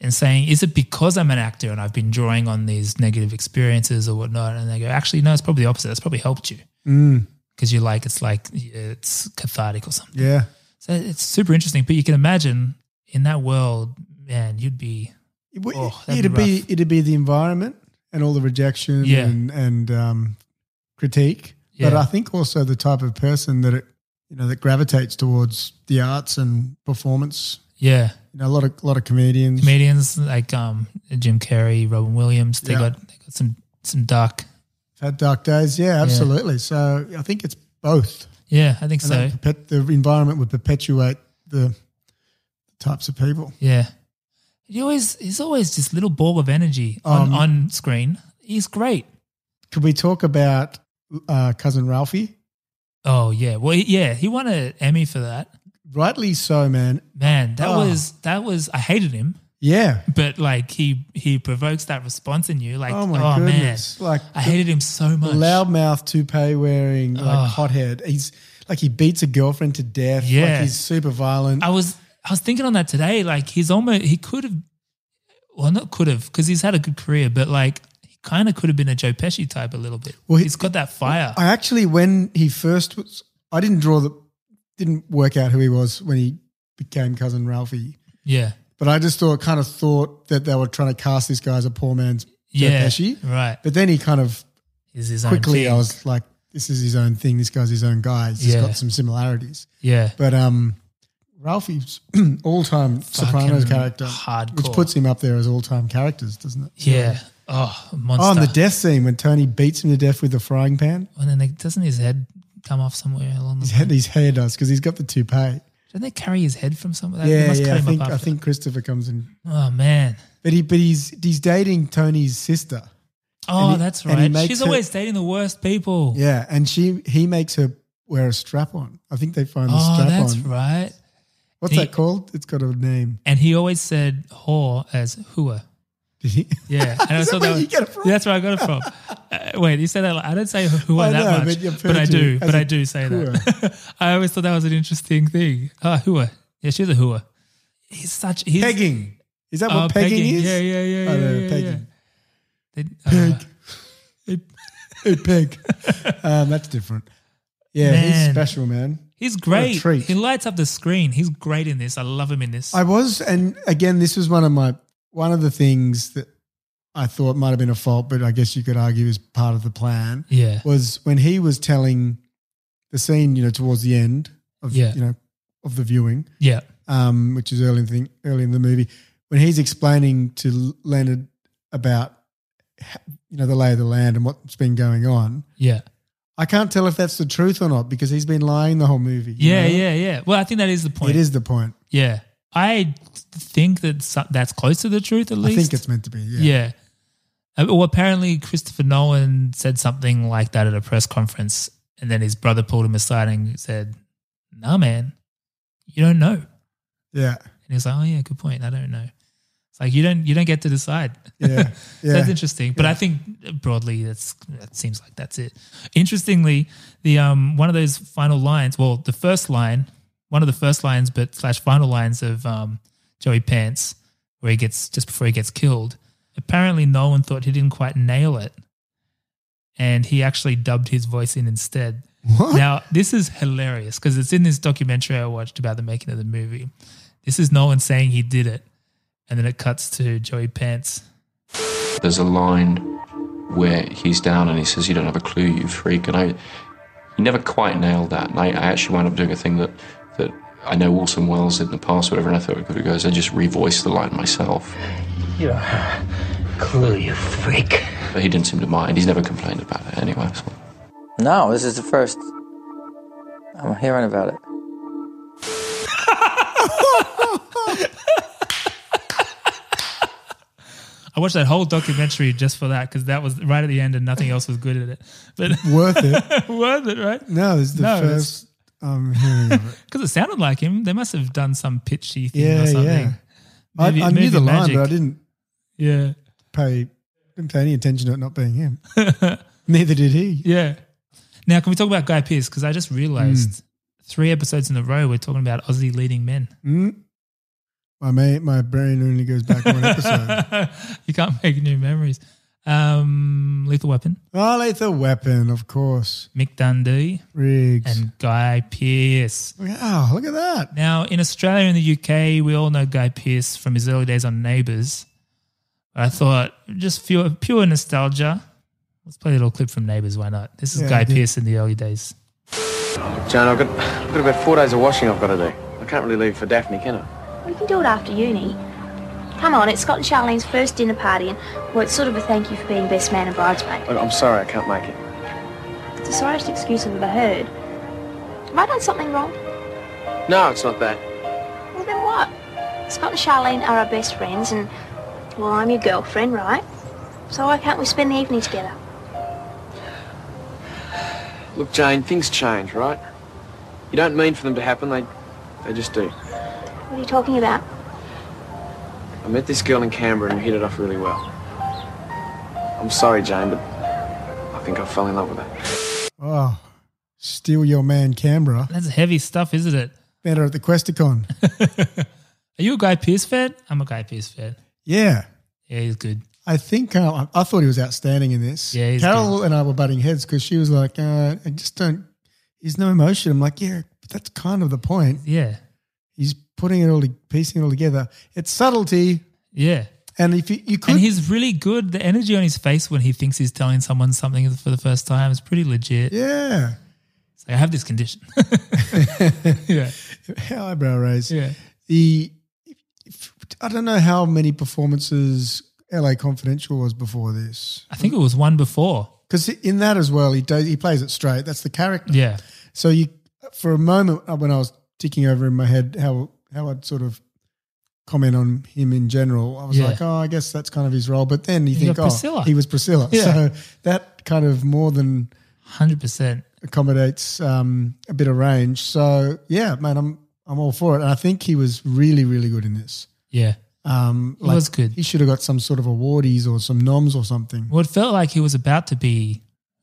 Speaker 3: and saying, "Is it because I'm an actor and I've been drawing on these negative experiences or whatnot?" And they go, "Actually, no. It's probably the opposite. That's probably helped you
Speaker 4: Mm,
Speaker 3: because you're like it's like it's cathartic or something."
Speaker 4: yeah.
Speaker 3: So it's super interesting. But you can imagine in that world, man, you'd be
Speaker 4: would-
Speaker 3: oh, that'd
Speaker 4: it'd
Speaker 3: be
Speaker 4: be,
Speaker 3: rough.
Speaker 4: it'd be the environment and all the rejection
Speaker 3: Yeah.
Speaker 4: and and um, critique. But
Speaker 3: Yeah.
Speaker 4: I think also the type of person that it you know that gravitates towards the arts and performance.
Speaker 3: yeah.
Speaker 4: You know, a lot of lot of comedians.
Speaker 3: Comedians like um Jim Carrey, Robin Williams, they
Speaker 4: Yeah.
Speaker 3: got they got some some dark.
Speaker 4: had dark days. Yeah, absolutely. So I think it's both.
Speaker 3: Yeah, I think
Speaker 4: And
Speaker 3: so.
Speaker 4: that perpet- the environment would perpetuate the types of people.
Speaker 3: Yeah. He always he's always this little ball of energy on,
Speaker 4: Um,
Speaker 3: on screen. He's great.
Speaker 4: Could we talk about uh, cousin Ralphie?
Speaker 3: Oh yeah. Well he- yeah, he won an Emmy for that.
Speaker 4: Rightly so, man.
Speaker 3: Man, that
Speaker 4: Oh.
Speaker 3: was that was I hated him,
Speaker 4: Yeah.
Speaker 3: but like he he provokes that response in you. Like
Speaker 4: oh
Speaker 3: oh,
Speaker 4: my goodness!
Speaker 3: man.
Speaker 4: Like
Speaker 3: I hated him so much.
Speaker 4: Loudmouth toupee wearing like
Speaker 3: Oh.
Speaker 4: hothead. He's like he beats a girlfriend to death.
Speaker 3: Yeah.
Speaker 4: like he's super violent.
Speaker 3: I was I was thinking on that today. Like he's almost he could have well not could have, because he's had a good career, but like he kind of could have been a Joe Pesci type a little bit.
Speaker 4: Well,
Speaker 3: Well
Speaker 4: he-
Speaker 3: he's got that fire.
Speaker 4: I actually, when he first was, I didn't draw the, didn't work out who he was when he became cousin Ralphie.
Speaker 3: yeah.
Speaker 4: But I just thought, kind of thought that they were trying to cast this guy as a poor man's Joe
Speaker 3: Yeah,
Speaker 4: Pesci.
Speaker 3: right.
Speaker 4: But then he kind of
Speaker 3: He's his own
Speaker 4: quickly, I
Speaker 3: thing.
Speaker 4: was like, this is his own thing. This guy's his own guy. He's just
Speaker 3: Yeah.
Speaker 4: got some similarities.
Speaker 3: Yeah.
Speaker 4: But um, Ralphie's (clears throat) all time Sopranos character,
Speaker 3: hardcore.
Speaker 4: which puts him up there as all time characters, doesn't it?
Speaker 3: Yeah. Oh, monster.
Speaker 4: Oh, and the death scene when Tony beats him to death with a frying pan.
Speaker 3: And then they, doesn't his head come off somewhere along the
Speaker 4: His head, his hair does because he's got the toupee.
Speaker 3: Don't they carry his head from somewhere? They
Speaker 4: yeah,
Speaker 3: must
Speaker 4: yeah.
Speaker 3: cut
Speaker 4: I
Speaker 3: him
Speaker 4: think
Speaker 3: up
Speaker 4: I
Speaker 3: after.
Speaker 4: think Christopher comes in,
Speaker 3: Oh man.
Speaker 4: but he but he's he's dating Tony's sister.
Speaker 3: Oh,
Speaker 4: he-
Speaker 3: that's
Speaker 4: and he
Speaker 3: right.
Speaker 4: makes
Speaker 3: She's
Speaker 4: her-
Speaker 3: always dating the worst people.
Speaker 4: Yeah, and she he makes her wear a strap on. I think they find the
Speaker 3: Oh,
Speaker 4: strap
Speaker 3: that's
Speaker 4: on.
Speaker 3: right.
Speaker 4: What's
Speaker 3: He-
Speaker 4: that called? It's got a name. (laughs)
Speaker 3: And he always said whore as hua.
Speaker 4: Did he? (laughs)
Speaker 3: Yeah. And I
Speaker 4: Is that
Speaker 3: thought
Speaker 4: where
Speaker 3: was-
Speaker 4: you get it from?
Speaker 3: Yeah, that's where I got it
Speaker 4: (laughs)
Speaker 3: from. uh, wait, you said that. like- I don't say hua
Speaker 4: I
Speaker 3: that
Speaker 4: know, but
Speaker 3: much,
Speaker 4: you're
Speaker 3: but, I
Speaker 4: referred to
Speaker 3: do.
Speaker 4: as
Speaker 3: But
Speaker 4: a
Speaker 3: I do say that. (laughs) I always thought that was an interesting thing. Ah, hua. Yeah, she's a hua. He's such. He's,
Speaker 4: Pegging. Is that what
Speaker 3: Oh,
Speaker 4: pegging,
Speaker 3: pegging.
Speaker 4: is?
Speaker 3: Yeah, yeah, yeah,
Speaker 4: Oh,
Speaker 3: yeah,
Speaker 4: no,
Speaker 3: yeah,
Speaker 4: pegging.
Speaker 3: They,
Speaker 4: (laughs)
Speaker 3: uh,
Speaker 4: Peg.
Speaker 3: It-
Speaker 4: Hey, peg. um, that's different. Yeah, he's
Speaker 3: Man.
Speaker 4: special, man.
Speaker 3: He's
Speaker 4: What a
Speaker 3: great.
Speaker 4: treat.
Speaker 3: He lights up the screen. He's great in this. I love him in this.
Speaker 4: I was, and again, this was one of my one of the things that I thought might have been a fault, but I guess you could argue is part of the plan.
Speaker 3: Yeah.
Speaker 4: was when he was telling the scene, you know, towards the end of
Speaker 3: Yeah.
Speaker 4: you know of the viewing,
Speaker 3: yeah.
Speaker 4: um, which is early in the thing, early in the movie, when he's explaining to Leonard about you know the lay of the land and what's been going on.
Speaker 3: Yeah.
Speaker 4: I can't tell if that's the truth or not because he's been lying the whole movie. you
Speaker 3: Yeah.
Speaker 4: know?
Speaker 3: Yeah. Yeah. Well, I think that is the point.
Speaker 4: It is the point.
Speaker 3: Yeah. I think that so- that's close to the truth, at least.
Speaker 4: I think it's meant to be. Yeah.
Speaker 3: Yeah. Uh, Well, apparently Christopher Nolan said something like that at a press conference, and then his brother pulled him aside and said, "Nah, man, you don't know." And
Speaker 4: Yeah.
Speaker 3: he was like, "Oh yeah, good point. I don't know." It's like you don't you don't get to decide. (laughs)
Speaker 4: Yeah.
Speaker 3: So
Speaker 4: Yeah.
Speaker 3: That's interesting. But I think broadly, that's that seems like that's it. Interestingly, the um one of those final lines, well, the first line, one of the first lines, but slash final lines of um Joey Pants, where he gets just before he gets killed. Apparently, Nolan thought he didn't quite nail it, and he actually dubbed his voice in instead.
Speaker 4: What?
Speaker 3: Now, this is hilarious because it's in this documentary I watched about the making of the movie. This is Nolan saying he did it, and then it cuts to Joey Pants
Speaker 7: There's a line where he's down and he says, "You don't have a clue, you freak," and I, he never quite nailed that. And I, I actually wound up doing a thing that that I know Orson Welles did in the past, whatever. And I thought, "Good goes," I just revoiced the line myself.
Speaker 15: You don't have a clue, you freak.
Speaker 7: But he didn't seem to mind. He's never complained about it anyway. So.
Speaker 9: No, this is the first I'm hearing about it.
Speaker 3: I watched that whole documentary just for that because that was right at the end and nothing else was good at it. But (laughs)
Speaker 4: Worth it.
Speaker 3: worth it, right?
Speaker 4: No, it's the
Speaker 3: No, it's-
Speaker 4: first
Speaker 3: (laughs)
Speaker 4: I'm hearing of it.
Speaker 3: Because it sounded like him. They must have done some pitchy thing
Speaker 4: Yeah,
Speaker 3: or something.
Speaker 4: yeah. I,
Speaker 3: Maybe-
Speaker 4: I knew
Speaker 3: maybe
Speaker 4: the line,
Speaker 3: magic.
Speaker 4: but I didn't
Speaker 3: Yeah.
Speaker 4: pay didn't pay any attention to it not
Speaker 3: (laughs)
Speaker 4: being him. Neither did he.
Speaker 3: Yeah. Now, can we talk about Guy Pearce? Because I just realized
Speaker 4: Hmm.
Speaker 3: three episodes in a row we're talking about Aussie leading men. (laughs)
Speaker 4: Mm. My ma my brain only goes back
Speaker 3: (laughs)
Speaker 4: one episode.
Speaker 3: you can't make new memories. Um, Lethal Weapon,
Speaker 4: oh, lethal weapon, of course.
Speaker 3: Mick Dundee,
Speaker 4: Riggs.
Speaker 3: and Guy Pearce.
Speaker 4: Wow, look at that.
Speaker 3: Now, in Australia and the UK, we all know Guy Pearce from his early days on Neighbours. I thought just pure, pure nostalgia. Let's play a little clip from Neighbours. Why not? This is
Speaker 1: Yeah,
Speaker 3: Guy
Speaker 1: I did.
Speaker 3: Pearce in the early days.
Speaker 1: Jan, I've got, I've got about four days of washing I've got to do. I can't really leave for Daphne, can I?
Speaker 16: We can do it after uni. Come on, it's Scott and Charlene's first dinner party, and well, it's sort of a thank you for being best man and bridesmaid.
Speaker 1: Look, I'm sorry I can't make it.
Speaker 16: It's the sorriest excuse I've ever heard. Have I done something wrong?
Speaker 1: No, it's not that.
Speaker 16: Well, then what? Scott and Charlene are our best friends, and well, I'm your girlfriend, right? So why can't we spend the evening together?
Speaker 1: Look, Jane, things change, right? You don't mean for them to happen, they, they just do.
Speaker 16: What are you talking about?
Speaker 1: I met this girl in Canberra and we hit it off really well. I'm sorry, Jane, but I think I fell in love with her.
Speaker 4: Oh, steal your man Canberra.
Speaker 3: That's heavy stuff, isn't it?
Speaker 4: Better at
Speaker 3: (laughs)
Speaker 4: the Questacon.
Speaker 3: Are you a Guy Pearce fan? I'm a Guy Pearce fan.
Speaker 4: Yeah.
Speaker 3: Yeah, he's good.
Speaker 4: I think uh, I I thought he was outstanding in this.
Speaker 3: Yeah, he's
Speaker 4: Carol and I were butting heads because she was like, uh, "I just don't." He's no emotion. I'm like, yeah, but that's kind of the point.
Speaker 3: Yeah,
Speaker 4: he's putting it all, to- piecing it all together. It's subtlety,
Speaker 3: Yeah.
Speaker 4: and if you, you could,
Speaker 3: And he's really good. The energy on his face when he thinks he's telling someone something for the first time is pretty legit.
Speaker 4: Yeah. (laughs)
Speaker 3: So I have this condition. (laughs) yeah,
Speaker 4: eyebrow raise.
Speaker 3: Yeah,
Speaker 4: the if- I don't know how many performances L.A. Confidential was before this.
Speaker 3: I think it was one before.
Speaker 4: Because in that as well, he does, he plays it straight. That's the character.
Speaker 3: Yeah.
Speaker 4: So you, for a moment, uh, when I was ticking over in my head how how I'd sort of comment on him in general, I was
Speaker 3: Yeah.
Speaker 4: like, oh, I guess that's kind of his role. But then you
Speaker 3: You
Speaker 4: think,
Speaker 3: got
Speaker 4: oh,
Speaker 3: Priscilla.
Speaker 4: he was Priscilla.
Speaker 3: Yeah.
Speaker 4: So that kind of more than
Speaker 3: hundred percent
Speaker 4: accommodates um, a bit of range. So yeah, man, I'm I'm all for it, and I think he was really really good in this.
Speaker 3: Yeah.
Speaker 4: Um,
Speaker 3: He was good.
Speaker 4: He should have got some sort of awardees or some noms or something.
Speaker 3: Well, it felt like he was about to be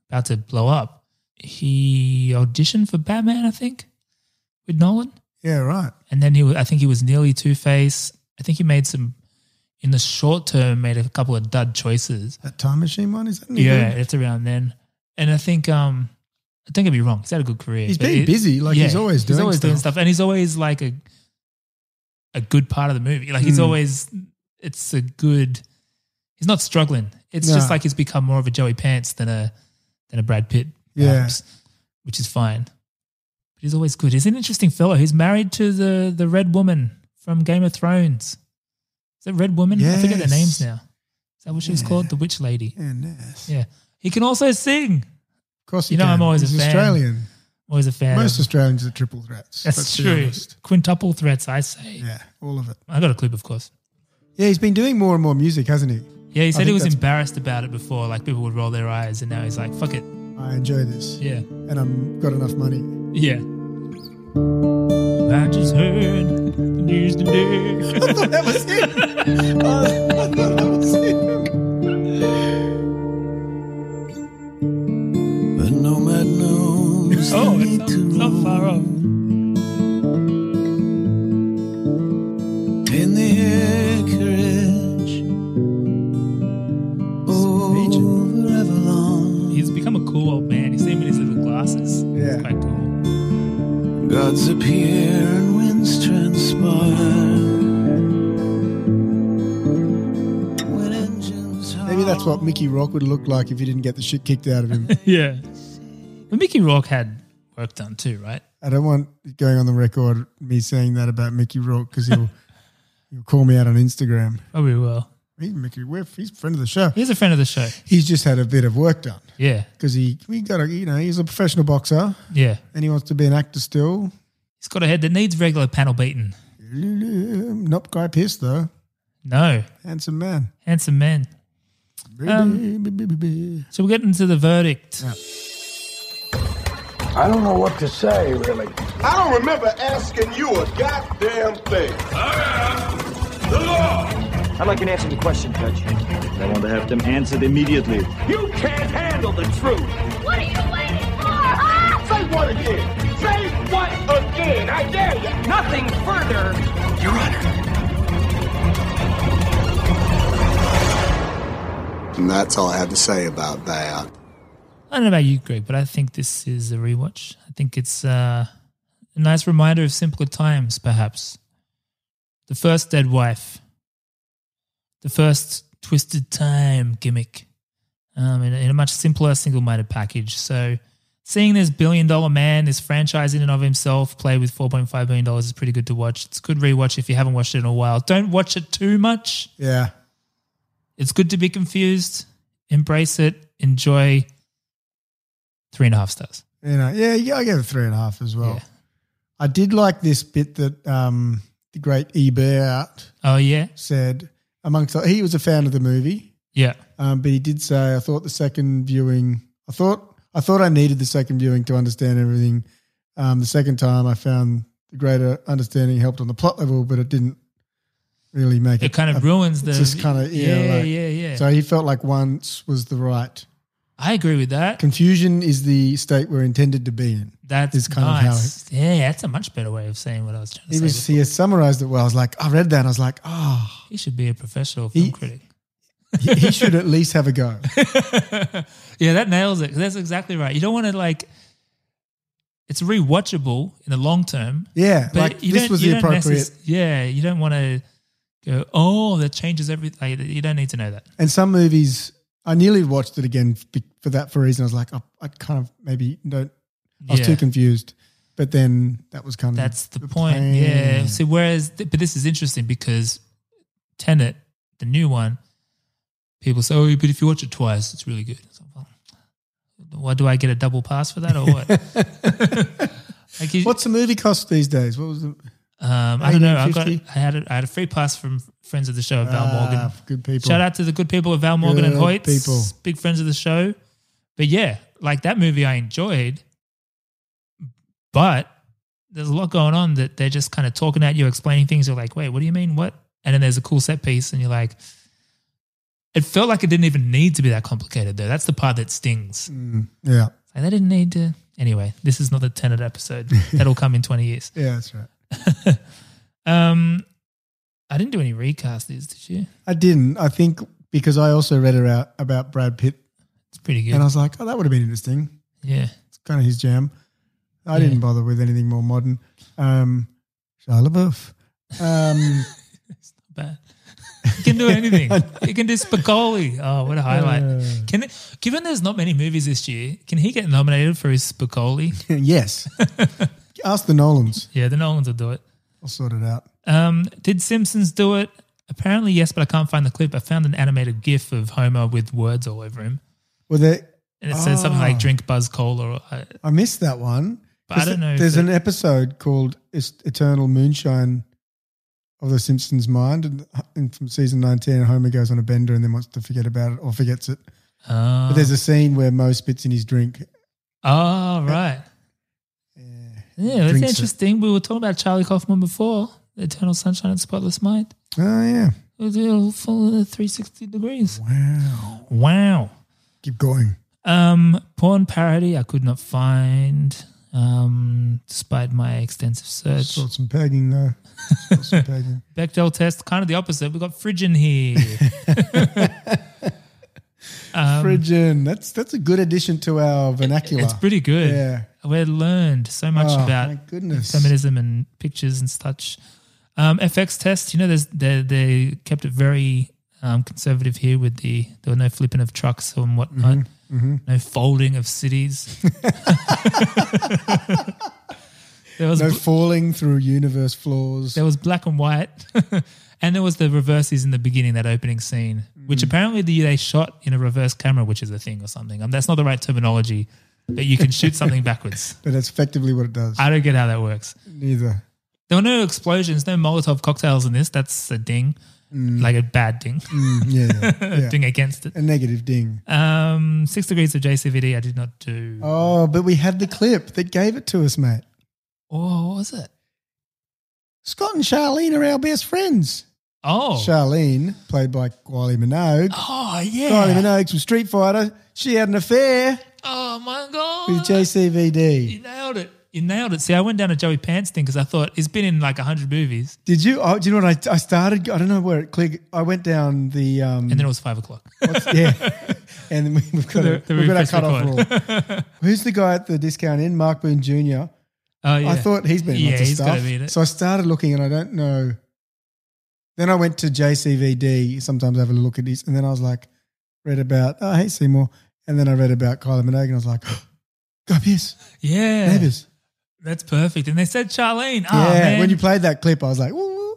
Speaker 3: about to blow up. He auditioned for Batman, I think, with Nolan.
Speaker 4: Yeah, right.
Speaker 3: And then he, wa- I think he was nearly Two Face. I think he made some in the short term made a couple of dud choices.
Speaker 4: That time machine one is that? any
Speaker 3: Yeah,
Speaker 4: good?
Speaker 3: it's around then. And I think um don't get me wrong, he's had a good career.
Speaker 4: He's
Speaker 3: but
Speaker 4: been busy, like, he's always
Speaker 3: he's
Speaker 4: doing
Speaker 3: always doing
Speaker 4: stuff.
Speaker 3: stuff, and he's always like a a good part of the movie. Like he's
Speaker 4: Mm.
Speaker 3: always it's a good. He's not struggling. It's just
Speaker 4: No.
Speaker 3: like he's become more of a Joey Pants than a than a Brad Pitt,
Speaker 4: Yeah.
Speaker 3: perhaps, which is fine. But he's always good. He's an interesting fellow. He's married to the the red woman from Game of Thrones. Is it Red Woman? I forget their names
Speaker 4: Yes.
Speaker 3: now. Is that what she was called? The Witch Lady.
Speaker 4: Yeah, nice.
Speaker 3: Yeah. He can also sing.
Speaker 4: Of course,
Speaker 3: You
Speaker 4: he
Speaker 3: know,
Speaker 4: can.
Speaker 3: I'm always
Speaker 4: He's
Speaker 3: a fan.
Speaker 4: Australian.
Speaker 3: Always a fan.
Speaker 4: Most
Speaker 3: of,
Speaker 4: Australians are triple threats.
Speaker 3: that's
Speaker 4: let's be
Speaker 3: true.
Speaker 4: honest.
Speaker 3: Quintuple threats, I say.
Speaker 4: Yeah, all of it.
Speaker 3: I got a clip, of course.
Speaker 4: Yeah, he's been doing more and more music, hasn't he?
Speaker 3: Yeah, he
Speaker 4: I
Speaker 3: said he
Speaker 4: think
Speaker 3: was
Speaker 4: that's-
Speaker 3: embarrassed about it before. Like people would roll their eyes, and now he's like, "Fuck it."
Speaker 4: I enjoy this.
Speaker 3: Yeah.
Speaker 4: and I've got enough money.
Speaker 3: Yeah. I just heard the news Uh, today. (laughs) I
Speaker 4: thought that
Speaker 3: (laughs)
Speaker 4: was
Speaker 3: him.
Speaker 4: I thought that was him.
Speaker 9: But nomad knows
Speaker 3: Oh, it's not, it's not far off.
Speaker 9: in the acreage over Avalon.
Speaker 3: He's become a cool old man. You see him in his little glasses. Yeah. It's quite cool.
Speaker 9: Gods appear and winds transpire.
Speaker 4: Maybe that's what Mickey Rock would look like if he didn't get the shit kicked out
Speaker 3: (laughs)
Speaker 4: of him.
Speaker 3: yeah. But Mickey Rourke had work done too, right?
Speaker 4: I don't want it going on the record me saying that about Mickey Rourke
Speaker 3: (laughs)
Speaker 4: because he'll he'll call me out on Instagram.
Speaker 3: Probably Oh, will.
Speaker 4: He's Mickey, we're, he's a friend of the show.
Speaker 3: He's a friend of the show.
Speaker 4: He's just had a bit of work done
Speaker 3: Yeah.
Speaker 4: because he we got a you know he's a professional boxer
Speaker 3: Yeah.
Speaker 4: and he wants to be an actor still.
Speaker 3: He's got a head that needs regular panel beating.
Speaker 4: Not guy pissed though.
Speaker 3: No.
Speaker 4: Handsome man.
Speaker 3: Handsome man. Um, so we're getting to the verdict.
Speaker 2: I don't know what to say, really.
Speaker 9: I don't remember asking you a goddamn thing.
Speaker 17: The law! I'd like an answer to the question, Judge.
Speaker 18: I want to have them answered immediately.
Speaker 17: You can't handle the truth!
Speaker 19: What are you waiting for? Ah!
Speaker 9: Say what again? Say what again? I dare you!
Speaker 17: Nothing further, Your Honor.
Speaker 20: And that's all I have to say about that.
Speaker 3: I don't know about you, Greg, but I think this is a rewatch. I think it's uh, a nice reminder of simpler times, perhaps. The first dead wife, the first twisted time gimmick, um, in, in a much simpler, single minded package. So, seeing this billion dollar man, this franchise in and of himself, play with $4.5 million is pretty good to watch. It's a good rewatch if you haven't watched it in a while. Don't watch it too much.
Speaker 4: Yeah.
Speaker 3: It's good to be confused, embrace it, enjoy three and a half stars.
Speaker 4: You know, yeah, yeah, I gave it three and a half as well. Yeah. I did like this bit that um, the great Ebert.
Speaker 3: Oh yeah,
Speaker 4: said amongst he was a fan of the movie.
Speaker 3: Yeah,
Speaker 4: um, but he did say I thought the second viewing. I thought I thought I needed the second viewing to understand everything. Um, the second time, I found the greater understanding helped on the plot level, but it didn't really make
Speaker 3: it. It kind of a, ruins the
Speaker 4: just kind of
Speaker 3: yeah, yeah,
Speaker 4: like,
Speaker 3: yeah, yeah.
Speaker 4: So he felt like once was the right.
Speaker 3: I agree with that.
Speaker 4: Confusion is the state we're intended to be in.
Speaker 3: That's
Speaker 4: is kind
Speaker 3: nice.
Speaker 4: of
Speaker 3: how. It, yeah, that's a much better way of saying what I was trying to
Speaker 4: he
Speaker 3: say.
Speaker 4: Was, before. he has summarized it well. I was like, I read that. And I was like, oh,
Speaker 3: he should be a professional film he, critic. (laughs)
Speaker 4: he, he should at least have a go.
Speaker 3: yeah, that nails it. That's exactly right. You don't want to like. It's rewatchable in the long term.
Speaker 4: Yeah, like this was the appropriate. Necess-
Speaker 3: yeah, you don't want to go. Oh, that changes everything. Like, you don't need to know that.
Speaker 4: And some movies I nearly watched it again for that for a reason. I was like, "Oh, I, I kind of maybe don't. I was
Speaker 3: Yeah.
Speaker 4: too confused, but then that was kind of
Speaker 3: That's the, point. Yeah. So whereas, th- but this is interesting because Tenet, the new one, people say, "Oh, but if you watch it twice, it's really good." It's like, well, why do I get a double pass for that or
Speaker 4: (laughs)
Speaker 3: what? Like you-
Speaker 4: What's the movie cost these days? What was the
Speaker 3: um, I don't know. I got, I
Speaker 4: 18.50?
Speaker 3: had a, I had a free pass from friends of the show, Val
Speaker 4: Ah,
Speaker 3: Morgan.
Speaker 4: good people.
Speaker 3: Shout out to the good people of Val Morgan and
Speaker 4: Good
Speaker 3: Hoyts,
Speaker 4: people.
Speaker 3: big friends of the show. But yeah, like that movie, I enjoyed, but there's a lot going on that they're just kind of talking at you, explaining things. You're like, wait, what do you mean? What? And then there's a cool set piece, and you're like, it felt like it didn't even need to be that complicated, though. That's the part that stings.
Speaker 4: Mm. yeah,
Speaker 3: Like they didn't need to. Anyway, this is not the Tenet
Speaker 4: (laughs)
Speaker 3: episode. That'll come in 20 years.
Speaker 4: yeah, that's right.
Speaker 3: Um, I didn't do any recast these, did you?
Speaker 4: I didn't. I think because I also read about about Brad Pitt,
Speaker 3: It's pretty good.
Speaker 4: and I was like, oh, that would have been interesting.
Speaker 3: yeah,
Speaker 4: It's kind of his jam. I
Speaker 3: Yeah.
Speaker 4: didn't bother with anything more modern. Um, Shia LaBeouf.
Speaker 3: (laughs)
Speaker 4: Um,
Speaker 3: bad. You can do anything.
Speaker 4: (laughs)
Speaker 3: you can do Spicoli. Oh, what a highlight! Can given there's not many movies this year, can he get nominated for his
Speaker 4: (laughs)
Speaker 3: Spicoli?
Speaker 4: yes. Ask the Nolans.
Speaker 3: yeah, the Nolans will do it.
Speaker 4: I'll sort it out.
Speaker 3: Um, did Simpsons do it? Apparently, yes, but I can't find the clip. I found an animated GIF of Homer with words all over him,
Speaker 4: Well, there,
Speaker 3: and it says something
Speaker 4: Ah.
Speaker 3: like "Drink Buzz Cola." Or, uh,
Speaker 4: I missed that one.
Speaker 3: But I
Speaker 4: There's-
Speaker 3: don't know if
Speaker 4: There's
Speaker 3: it-
Speaker 4: an episode called "Es- "Eternal Moonshine of the Simpsons Mind," and, and from season 19, and Homer goes on a bender and then wants to forget about it or forgets it.
Speaker 3: oh,
Speaker 4: But there's a scene where Mo spits in his drink.
Speaker 3: Oh, right. Yeah, that's
Speaker 4: Drinks it.
Speaker 3: interesting. We were talking about Charlie Kaufman before, Eternal Sunshine of the Spotless Mind.
Speaker 4: Oh yeah!
Speaker 3: It was all full of 360 degrees.
Speaker 4: Wow.
Speaker 3: Wow.
Speaker 4: Keep going.
Speaker 3: Um, porn parody I could not find, um, despite my extensive search.
Speaker 4: Saw some
Speaker 3: (laughs)
Speaker 4: pegging though. Saw some pegging.
Speaker 3: Bechdel test, kind of the opposite. We've got Frigin here. Um,
Speaker 4: Frigin. That's that's a good addition to our vernacular.
Speaker 3: It's pretty good.
Speaker 4: Yeah.
Speaker 3: We've learned so much
Speaker 4: Oh, my
Speaker 3: about
Speaker 4: goodness.
Speaker 3: feminism and pictures and such. Um, FX test, you know, there's, they, they kept it very um, conservative here with the, there were no flipping of trucks and whatnot,
Speaker 4: Mm-hmm,
Speaker 3: no folding of
Speaker 4: (laughs)
Speaker 3: cities. there was
Speaker 4: No falling through universe floors.
Speaker 3: there was black and white, (laughs) and there was the reverses in the beginning, that opening scene,
Speaker 4: Mm.
Speaker 3: which apparently the, they shot in a reverse camera, which is a thing or something. Um, that's not the right terminology, but you can shoot something backwards.
Speaker 4: But that's effectively what it does.
Speaker 3: I don't get how that works.
Speaker 4: Neither.
Speaker 3: There were no explosions, no Molotov cocktails in this. That's a ding. Mm. Like a bad ding. (laughs)
Speaker 4: Mm, yeah, yeah, yeah.
Speaker 3: ding against it.
Speaker 4: A negative ding.
Speaker 3: Um, six degrees of JCVD, I did not do.
Speaker 4: Oh, but we had the clip that gave it to us, mate.
Speaker 3: Oh, what was it?
Speaker 4: Scott and Charlene are our best friends.
Speaker 3: Oh.
Speaker 4: Charlene, played by Kylie Minogue.
Speaker 3: Oh, yeah.
Speaker 4: Kylie Minogue from Street Fighter. She had an affair
Speaker 3: Oh, my God.
Speaker 4: with JCVD.
Speaker 3: You nailed it. You nailed it. See, I went down a Joey Pants thing because I thought he's been in like 100 movies.
Speaker 4: Did you? Oh, do you know what? I, I started, I don't know where it clicked. I went down the. Um,
Speaker 3: And then it was five o'clock.
Speaker 4: (laughs) what's- yeah. And then we- we've got,
Speaker 3: The-
Speaker 4: a,
Speaker 3: the
Speaker 4: we've got our
Speaker 3: request
Speaker 4: cutoff
Speaker 3: (laughs)
Speaker 4: rule. Who's the guy at the discount in? Mark Boone Jr.
Speaker 3: (laughs) Oh, yeah.
Speaker 4: I thought he's been in
Speaker 3: yeah,
Speaker 4: lots of
Speaker 3: he's gotta
Speaker 4: stuff.
Speaker 3: be in it.
Speaker 4: So I started looking, and I don't know. Then I went to JCVD. Sometimes I have a look at this, and then I was like, read about oh, hey Seymour, and then I read about Kyla Minogue, and I was like, (gasps) God, yes,
Speaker 3: yeah.
Speaker 4: neighbors.
Speaker 3: That's perfect. And they said Charlene. Oh,
Speaker 4: yeah,
Speaker 3: man.
Speaker 4: when you played that clip, I was like, "Ooh."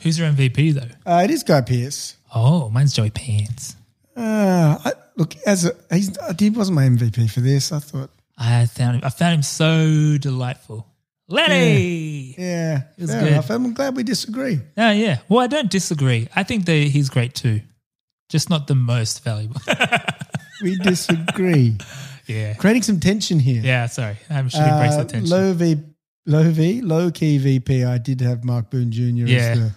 Speaker 3: Who's your MVP, though?
Speaker 4: uh, it is Guy Pearce.
Speaker 3: Oh, mine's Joey Pants.
Speaker 4: Uh, I, look, as a, he's, he wasn't my MVP for this. I thought,
Speaker 3: I found him. I found him so delightful. Lenny.
Speaker 4: yeah,
Speaker 3: It was
Speaker 4: fair
Speaker 3: good.
Speaker 4: enough. I'm glad we disagree.
Speaker 3: No, yeah. Well, I don't disagree. I think that he's great too, just not the most valuable. (laughs)
Speaker 4: We disagree.
Speaker 3: yeah.
Speaker 4: Creating some tension here.
Speaker 3: Yeah. Sorry, I should embrace the
Speaker 4: Uh,
Speaker 3: tension.
Speaker 4: Low V, low V, low key VP. I did have Mark Boone Jr.
Speaker 3: Yeah.
Speaker 4: as the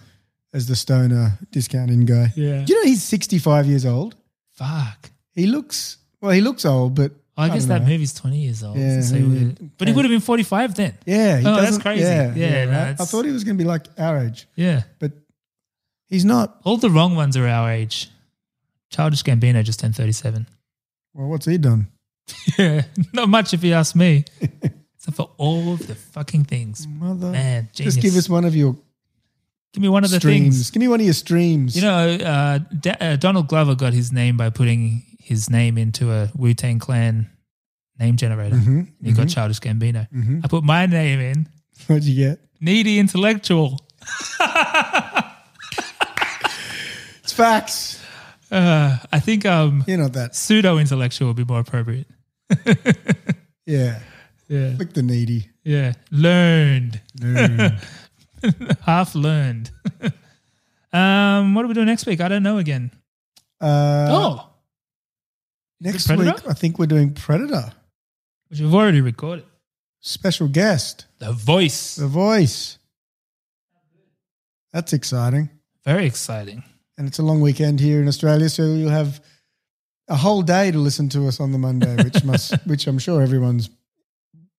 Speaker 4: as the stoner discounting guy.
Speaker 3: Yeah.
Speaker 4: Do you know he's sixty five years old?
Speaker 3: Fuck.
Speaker 4: He looks well. He looks old, but
Speaker 3: Oh, I, guess
Speaker 4: don't
Speaker 3: that
Speaker 4: know.
Speaker 3: movie's twenty years old.
Speaker 4: Yeah,
Speaker 3: so
Speaker 4: yeah.
Speaker 3: weird. But he would have been forty-five then.
Speaker 4: Yeah, he
Speaker 3: Oh, that's
Speaker 4: doesn't-
Speaker 3: crazy.
Speaker 4: Yeah,
Speaker 3: Yeah. no,
Speaker 4: right? I
Speaker 3: it's-
Speaker 4: thought he was going to be like our age,
Speaker 3: yeah.
Speaker 4: but he's not.
Speaker 3: All the wrong ones are our age. Childish Gambino just turned
Speaker 4: (laughs)
Speaker 3: thirty-seven.
Speaker 4: Well, what's he done?
Speaker 3: Yeah, (laughs) not much if you ask me. Except for all of the fucking things.
Speaker 4: Mother,
Speaker 3: Man, genius.
Speaker 4: just give us one of your
Speaker 3: Give me one of the
Speaker 4: streams.
Speaker 3: things.
Speaker 4: Give me one of your streams.
Speaker 3: You know, uh, Da uh, Donald Glover got his name by putting his name into a Wu Tang Clan name generator.
Speaker 4: Mhm,
Speaker 3: He got
Speaker 4: mhm.
Speaker 3: Childish Gambino.
Speaker 4: Mhm.
Speaker 3: I put my name in,
Speaker 4: (laughs) what'd you get?
Speaker 3: needy intellectual.
Speaker 4: It's facts.
Speaker 3: Uh, I think um,
Speaker 4: You're not that.
Speaker 3: pseudo intellectual would be more appropriate.
Speaker 4: Yeah,
Speaker 3: Yeah,
Speaker 4: click the needy.
Speaker 3: yeah. Learned,
Speaker 4: No.
Speaker 3: (laughs) half learned. (laughs) um, what do we do next week? I don't know again.
Speaker 4: Uh,
Speaker 3: oh,
Speaker 4: next
Speaker 3: Predator?
Speaker 4: week, I think we're doing Predator.
Speaker 3: which we've already recorded.
Speaker 4: Special guest,
Speaker 3: The voice.
Speaker 4: The Voice. That's exciting.
Speaker 3: Very exciting.
Speaker 4: And it's a long weekend here in Australia, so you'll have a whole day to listen to us on the Monday,
Speaker 3: (laughs)
Speaker 4: which must, which I'm sure everyone's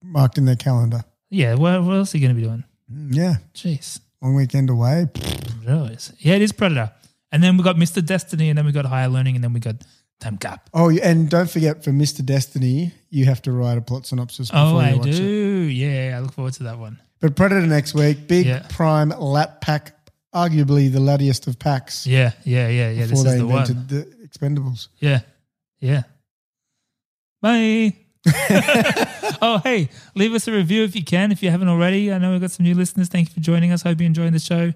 Speaker 4: marked in their calendar. Mm,
Speaker 3: Yeah. What, what else are you going to be doing?
Speaker 4: Yeah,
Speaker 3: Jeez.
Speaker 4: long weekend away.
Speaker 3: Realize. Yeah, it is Predator. And then we got Mr. Destiny, and then we got Higher Learning, and then we got Time Gap.
Speaker 4: Oh, and don't forget for Mr. Destiny, you have to write a plot synopsis before
Speaker 3: Oh,
Speaker 4: you
Speaker 3: I
Speaker 4: watch
Speaker 3: do.
Speaker 4: it.
Speaker 3: Yeah, I look forward to that one.
Speaker 4: But Predator next week, big
Speaker 3: Yeah.
Speaker 4: prime lap pack, arguably the lattiest of packs.
Speaker 3: Yeah, yeah, yeah, yeah. this
Speaker 4: before they
Speaker 3: is the
Speaker 4: invented
Speaker 3: one.
Speaker 4: the expendables.
Speaker 3: Yeah, yeah.
Speaker 4: (laughs)
Speaker 3: Bye. oh, hey, leave us a review if you can, if you haven't already. I know we've got some new listeners. Thank you for joining us. Hope you're enjoying the show.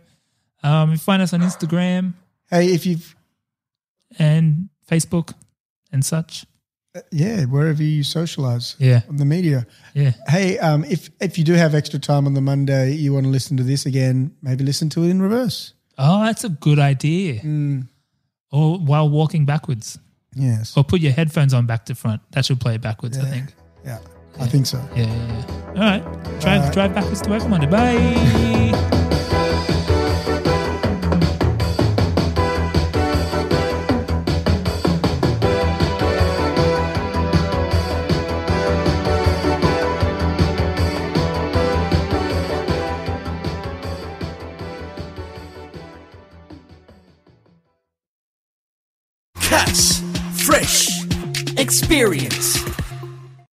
Speaker 3: Um, you find us on Instagram
Speaker 4: Hey, if you've
Speaker 3: and Facebook and such.
Speaker 4: yeah, wherever you socialize
Speaker 3: Yeah,
Speaker 4: on the media.
Speaker 3: yeah.
Speaker 4: Hey, um, if if you do have extra time on the Monday, you want to listen to this again, maybe listen to it in reverse.
Speaker 3: Oh, that's a good idea.
Speaker 4: Mm.
Speaker 3: Or while walking backwards.
Speaker 4: Yes.
Speaker 3: Or put your headphones on back to front. That should play it backwards, I think.
Speaker 4: Yeah, I think so.
Speaker 3: Yeah, yeah, yeah. All right. Drive, drive backwards to work Monday. Bye.
Speaker 21: Catch fresh experience.